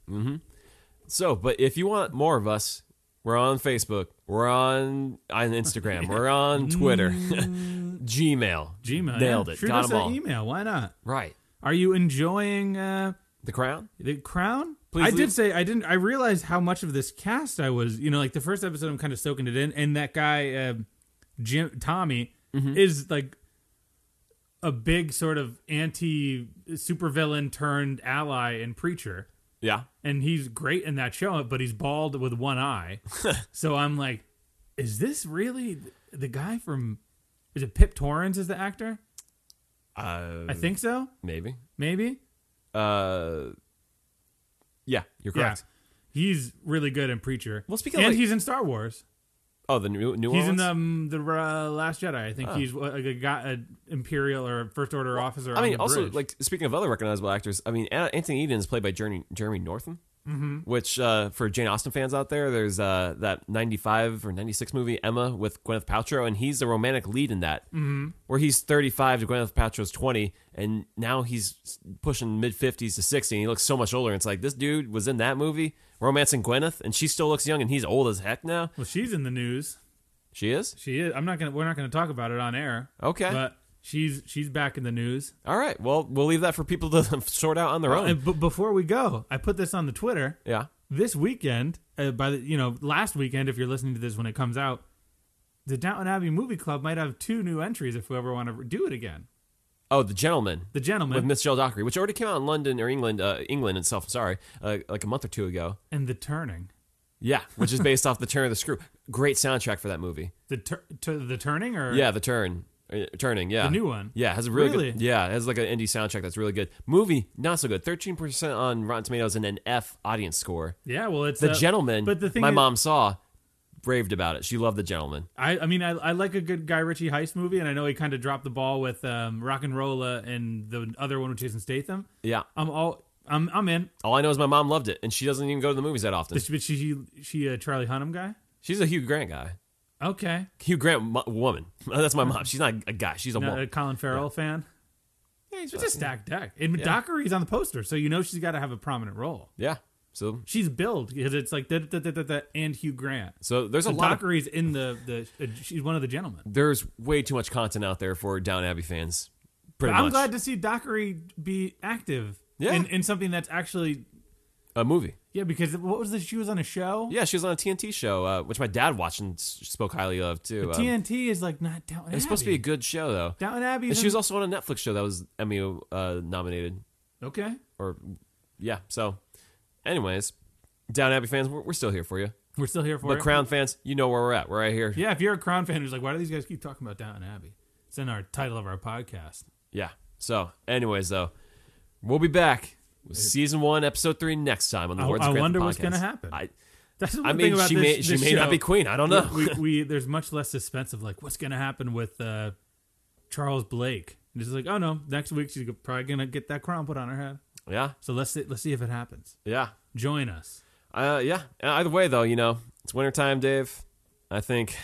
Speaker 1: So, but if you want more of us, we're on Facebook, we're on on Instagram, we're on Twitter, Gmail,
Speaker 3: Mm. Gmail.
Speaker 1: nailed
Speaker 3: yeah.
Speaker 1: it,
Speaker 3: Shoot
Speaker 1: got
Speaker 3: us
Speaker 1: them
Speaker 3: an
Speaker 1: all.
Speaker 3: email. Why not?
Speaker 1: Right,
Speaker 3: Are you enjoying uh
Speaker 1: the crown.
Speaker 3: The Crown?
Speaker 1: Please
Speaker 3: I
Speaker 1: leave-
Speaker 3: did say I didn't. I realized how much of this cast I was. You know, like the first episode, I'm kind of soaking it in, and that guy, uh, Jim Tommy,
Speaker 1: Mm-hmm.
Speaker 3: is like a big sort of anti supervillain turned ally and preacher,
Speaker 1: Yeah,
Speaker 3: and he's great in that show. But he's bald with one eye, so I'm like, is this really th- the guy from? Is it Pip Torrens? Is the actor?
Speaker 1: uh,
Speaker 3: I think so.
Speaker 1: maybe.
Speaker 3: Maybe.
Speaker 1: Uh, yeah, you're correct.
Speaker 3: Yeah. He's really good in Preacher.
Speaker 1: Well, speaking of,
Speaker 3: and
Speaker 1: like-
Speaker 3: he's in Star Wars.
Speaker 1: Oh, the new new
Speaker 3: He's
Speaker 1: Orleans?
Speaker 3: in the, um, the uh, Last Jedi. I think he's uh, like a, guy, a imperial or first order officer.
Speaker 1: I
Speaker 3: on
Speaker 1: mean,
Speaker 3: the
Speaker 1: also
Speaker 3: bridge.
Speaker 1: like speaking of other recognizable actors, I mean, An- Anthony Eden is played by Jeremy, Jeremy Northam,
Speaker 3: Mm-hmm.
Speaker 1: which uh, for Jane Austen fans out there, there's uh, that '95 or '96 movie Emma with Gwyneth Paltrow, and he's the romantic lead in that, mm-hmm. where he's 35 to Gwyneth Paltrow's 20, and now he's pushing mid 50s to 60, and he looks so much older. And it's like this dude was in that movie romancing Gwyneth, and she still looks young, and he's old as heck now.
Speaker 3: well, she's in the news.
Speaker 1: She is
Speaker 3: She is. I'm not gonna. We're not gonna talk about it on air.
Speaker 1: okay.
Speaker 3: But she's she's back in the news.
Speaker 1: All right, well, we'll leave that for people to sort out on their own.
Speaker 3: And but before we go, I put this on the Twitter
Speaker 1: yeah.
Speaker 3: this weekend. Uh, by the you know last weekend, if you're listening to this when it comes out, the Downton Abbey Movie Club might have two new entries if we ever want to do it again.
Speaker 1: Oh, the gentleman.
Speaker 3: The gentleman
Speaker 1: with Miss Jill Dockery, which already came out in London or England, uh, England itself. Sorry, uh, like a month or two ago.
Speaker 3: and the turning.
Speaker 1: Yeah, which is based off the Turn of the Screw. Great soundtrack for that movie.
Speaker 3: The tur- to the turning or
Speaker 1: Yeah, the Turn, uh, Turning. Yeah,
Speaker 3: The new one?
Speaker 1: Yeah, it has a really, good.
Speaker 3: Really?
Speaker 1: Yeah, it has like an indie soundtrack that's really good. Movie not so good. Thirteen percent on Rotten Tomatoes and an F audience score.
Speaker 3: Yeah, well, it's
Speaker 1: The
Speaker 3: uh,
Speaker 1: Gentleman.
Speaker 3: But the thing
Speaker 1: my
Speaker 3: is-
Speaker 1: mom saw, raved about it. She loved The Gentleman.
Speaker 3: I, I mean, I, I like a good Guy Ritchie heist movie, and I know he kind of dropped the ball with um, Rock and Rolla and the other one with Jason Statham.
Speaker 1: Yeah,
Speaker 3: I'm all I'm I'm in.
Speaker 1: all I know is my mom loved it, and she doesn't even go to the movies that often.
Speaker 3: But she she, she a Charlie Hunnam guy.
Speaker 1: She's a Hugh Grant guy.
Speaker 3: Okay,
Speaker 1: Hugh Grant mo- woman. That's my mom. She's not a guy. She's a
Speaker 3: Not a
Speaker 1: woman.
Speaker 3: Colin Farrell fan.
Speaker 1: Yeah, he's
Speaker 3: It's a stacked deck, and Dockery's on the poster, so you know she's got to have a prominent role.
Speaker 1: Yeah. So
Speaker 3: She's billed because it's like da, da, da, da, da, and Hugh Grant.
Speaker 1: So there's a
Speaker 3: So
Speaker 1: lot. Of,
Speaker 3: Dockery's in the the uh, she's one of the gentlemen.
Speaker 1: there's way too much content out there for Down Abbey fans. Pretty
Speaker 3: I'm
Speaker 1: much
Speaker 3: glad to see Dockery be active
Speaker 1: Yeah.
Speaker 3: in, in something that's actually
Speaker 1: a movie.
Speaker 3: yeah. Because what was this? She was on a show.
Speaker 1: Yeah, she was on a TNT show, uh, which my dad watched and s- spoke highly of too. Um,
Speaker 3: TNT is like not Downton Abbey.
Speaker 1: it's supposed to be a good show though.
Speaker 3: Downton Abbey.
Speaker 1: And
Speaker 3: is
Speaker 1: she was
Speaker 3: in-
Speaker 1: also on a Netflix show that was Emmy uh, nominated,
Speaker 3: okay.
Speaker 1: or yeah. So, anyways, Down Abbey fans, we're, we're still here for you.
Speaker 3: We're still here for
Speaker 1: But
Speaker 3: it.
Speaker 1: Crown fans, you know where we're at. We're right here.
Speaker 3: Yeah, if you're a Crown fan who's like, why do these guys keep talking about Downton Abbey? It's in our title of our podcast.
Speaker 1: Yeah. So, anyways, though, we'll be back with season one, episode three next time on the
Speaker 3: I-
Speaker 1: Words
Speaker 3: I
Speaker 1: of Grantham
Speaker 3: wonder what's
Speaker 1: podcast.
Speaker 3: gonna happen.
Speaker 1: I,
Speaker 3: That's the one
Speaker 1: I
Speaker 3: thing
Speaker 1: mean,
Speaker 3: about
Speaker 1: she
Speaker 3: this,
Speaker 1: may she
Speaker 3: this
Speaker 1: may
Speaker 3: show.
Speaker 1: not be queen. I don't know.
Speaker 3: we, we there's much less suspense of like what's gonna happen with uh, Charles Blake. And it's like, oh no, next week she's probably gonna get that crown put on her head.
Speaker 1: yeah.
Speaker 3: So let's see, let's see if it happens.
Speaker 1: Yeah.
Speaker 3: Join us.
Speaker 1: Uh, yeah. Uh, Either way, though, you know, it's wintertime, Dave. I think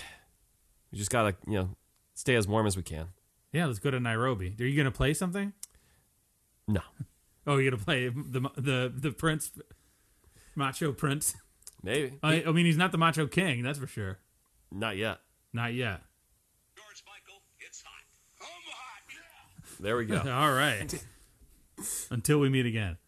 Speaker 1: we just gotta, you know, stay as warm as we can.
Speaker 3: Yeah, let's go to Nairobi. Are you gonna play something?
Speaker 1: No,
Speaker 3: Oh, you're gonna play the the the prince, macho prince.
Speaker 1: maybe
Speaker 3: I, I mean, he's not the macho king, that's for sure.
Speaker 1: not yet.
Speaker 3: Not yet.
Speaker 2: George Michael, it's hot. I'm hot.
Speaker 1: There we go.
Speaker 3: All right. Until we meet again.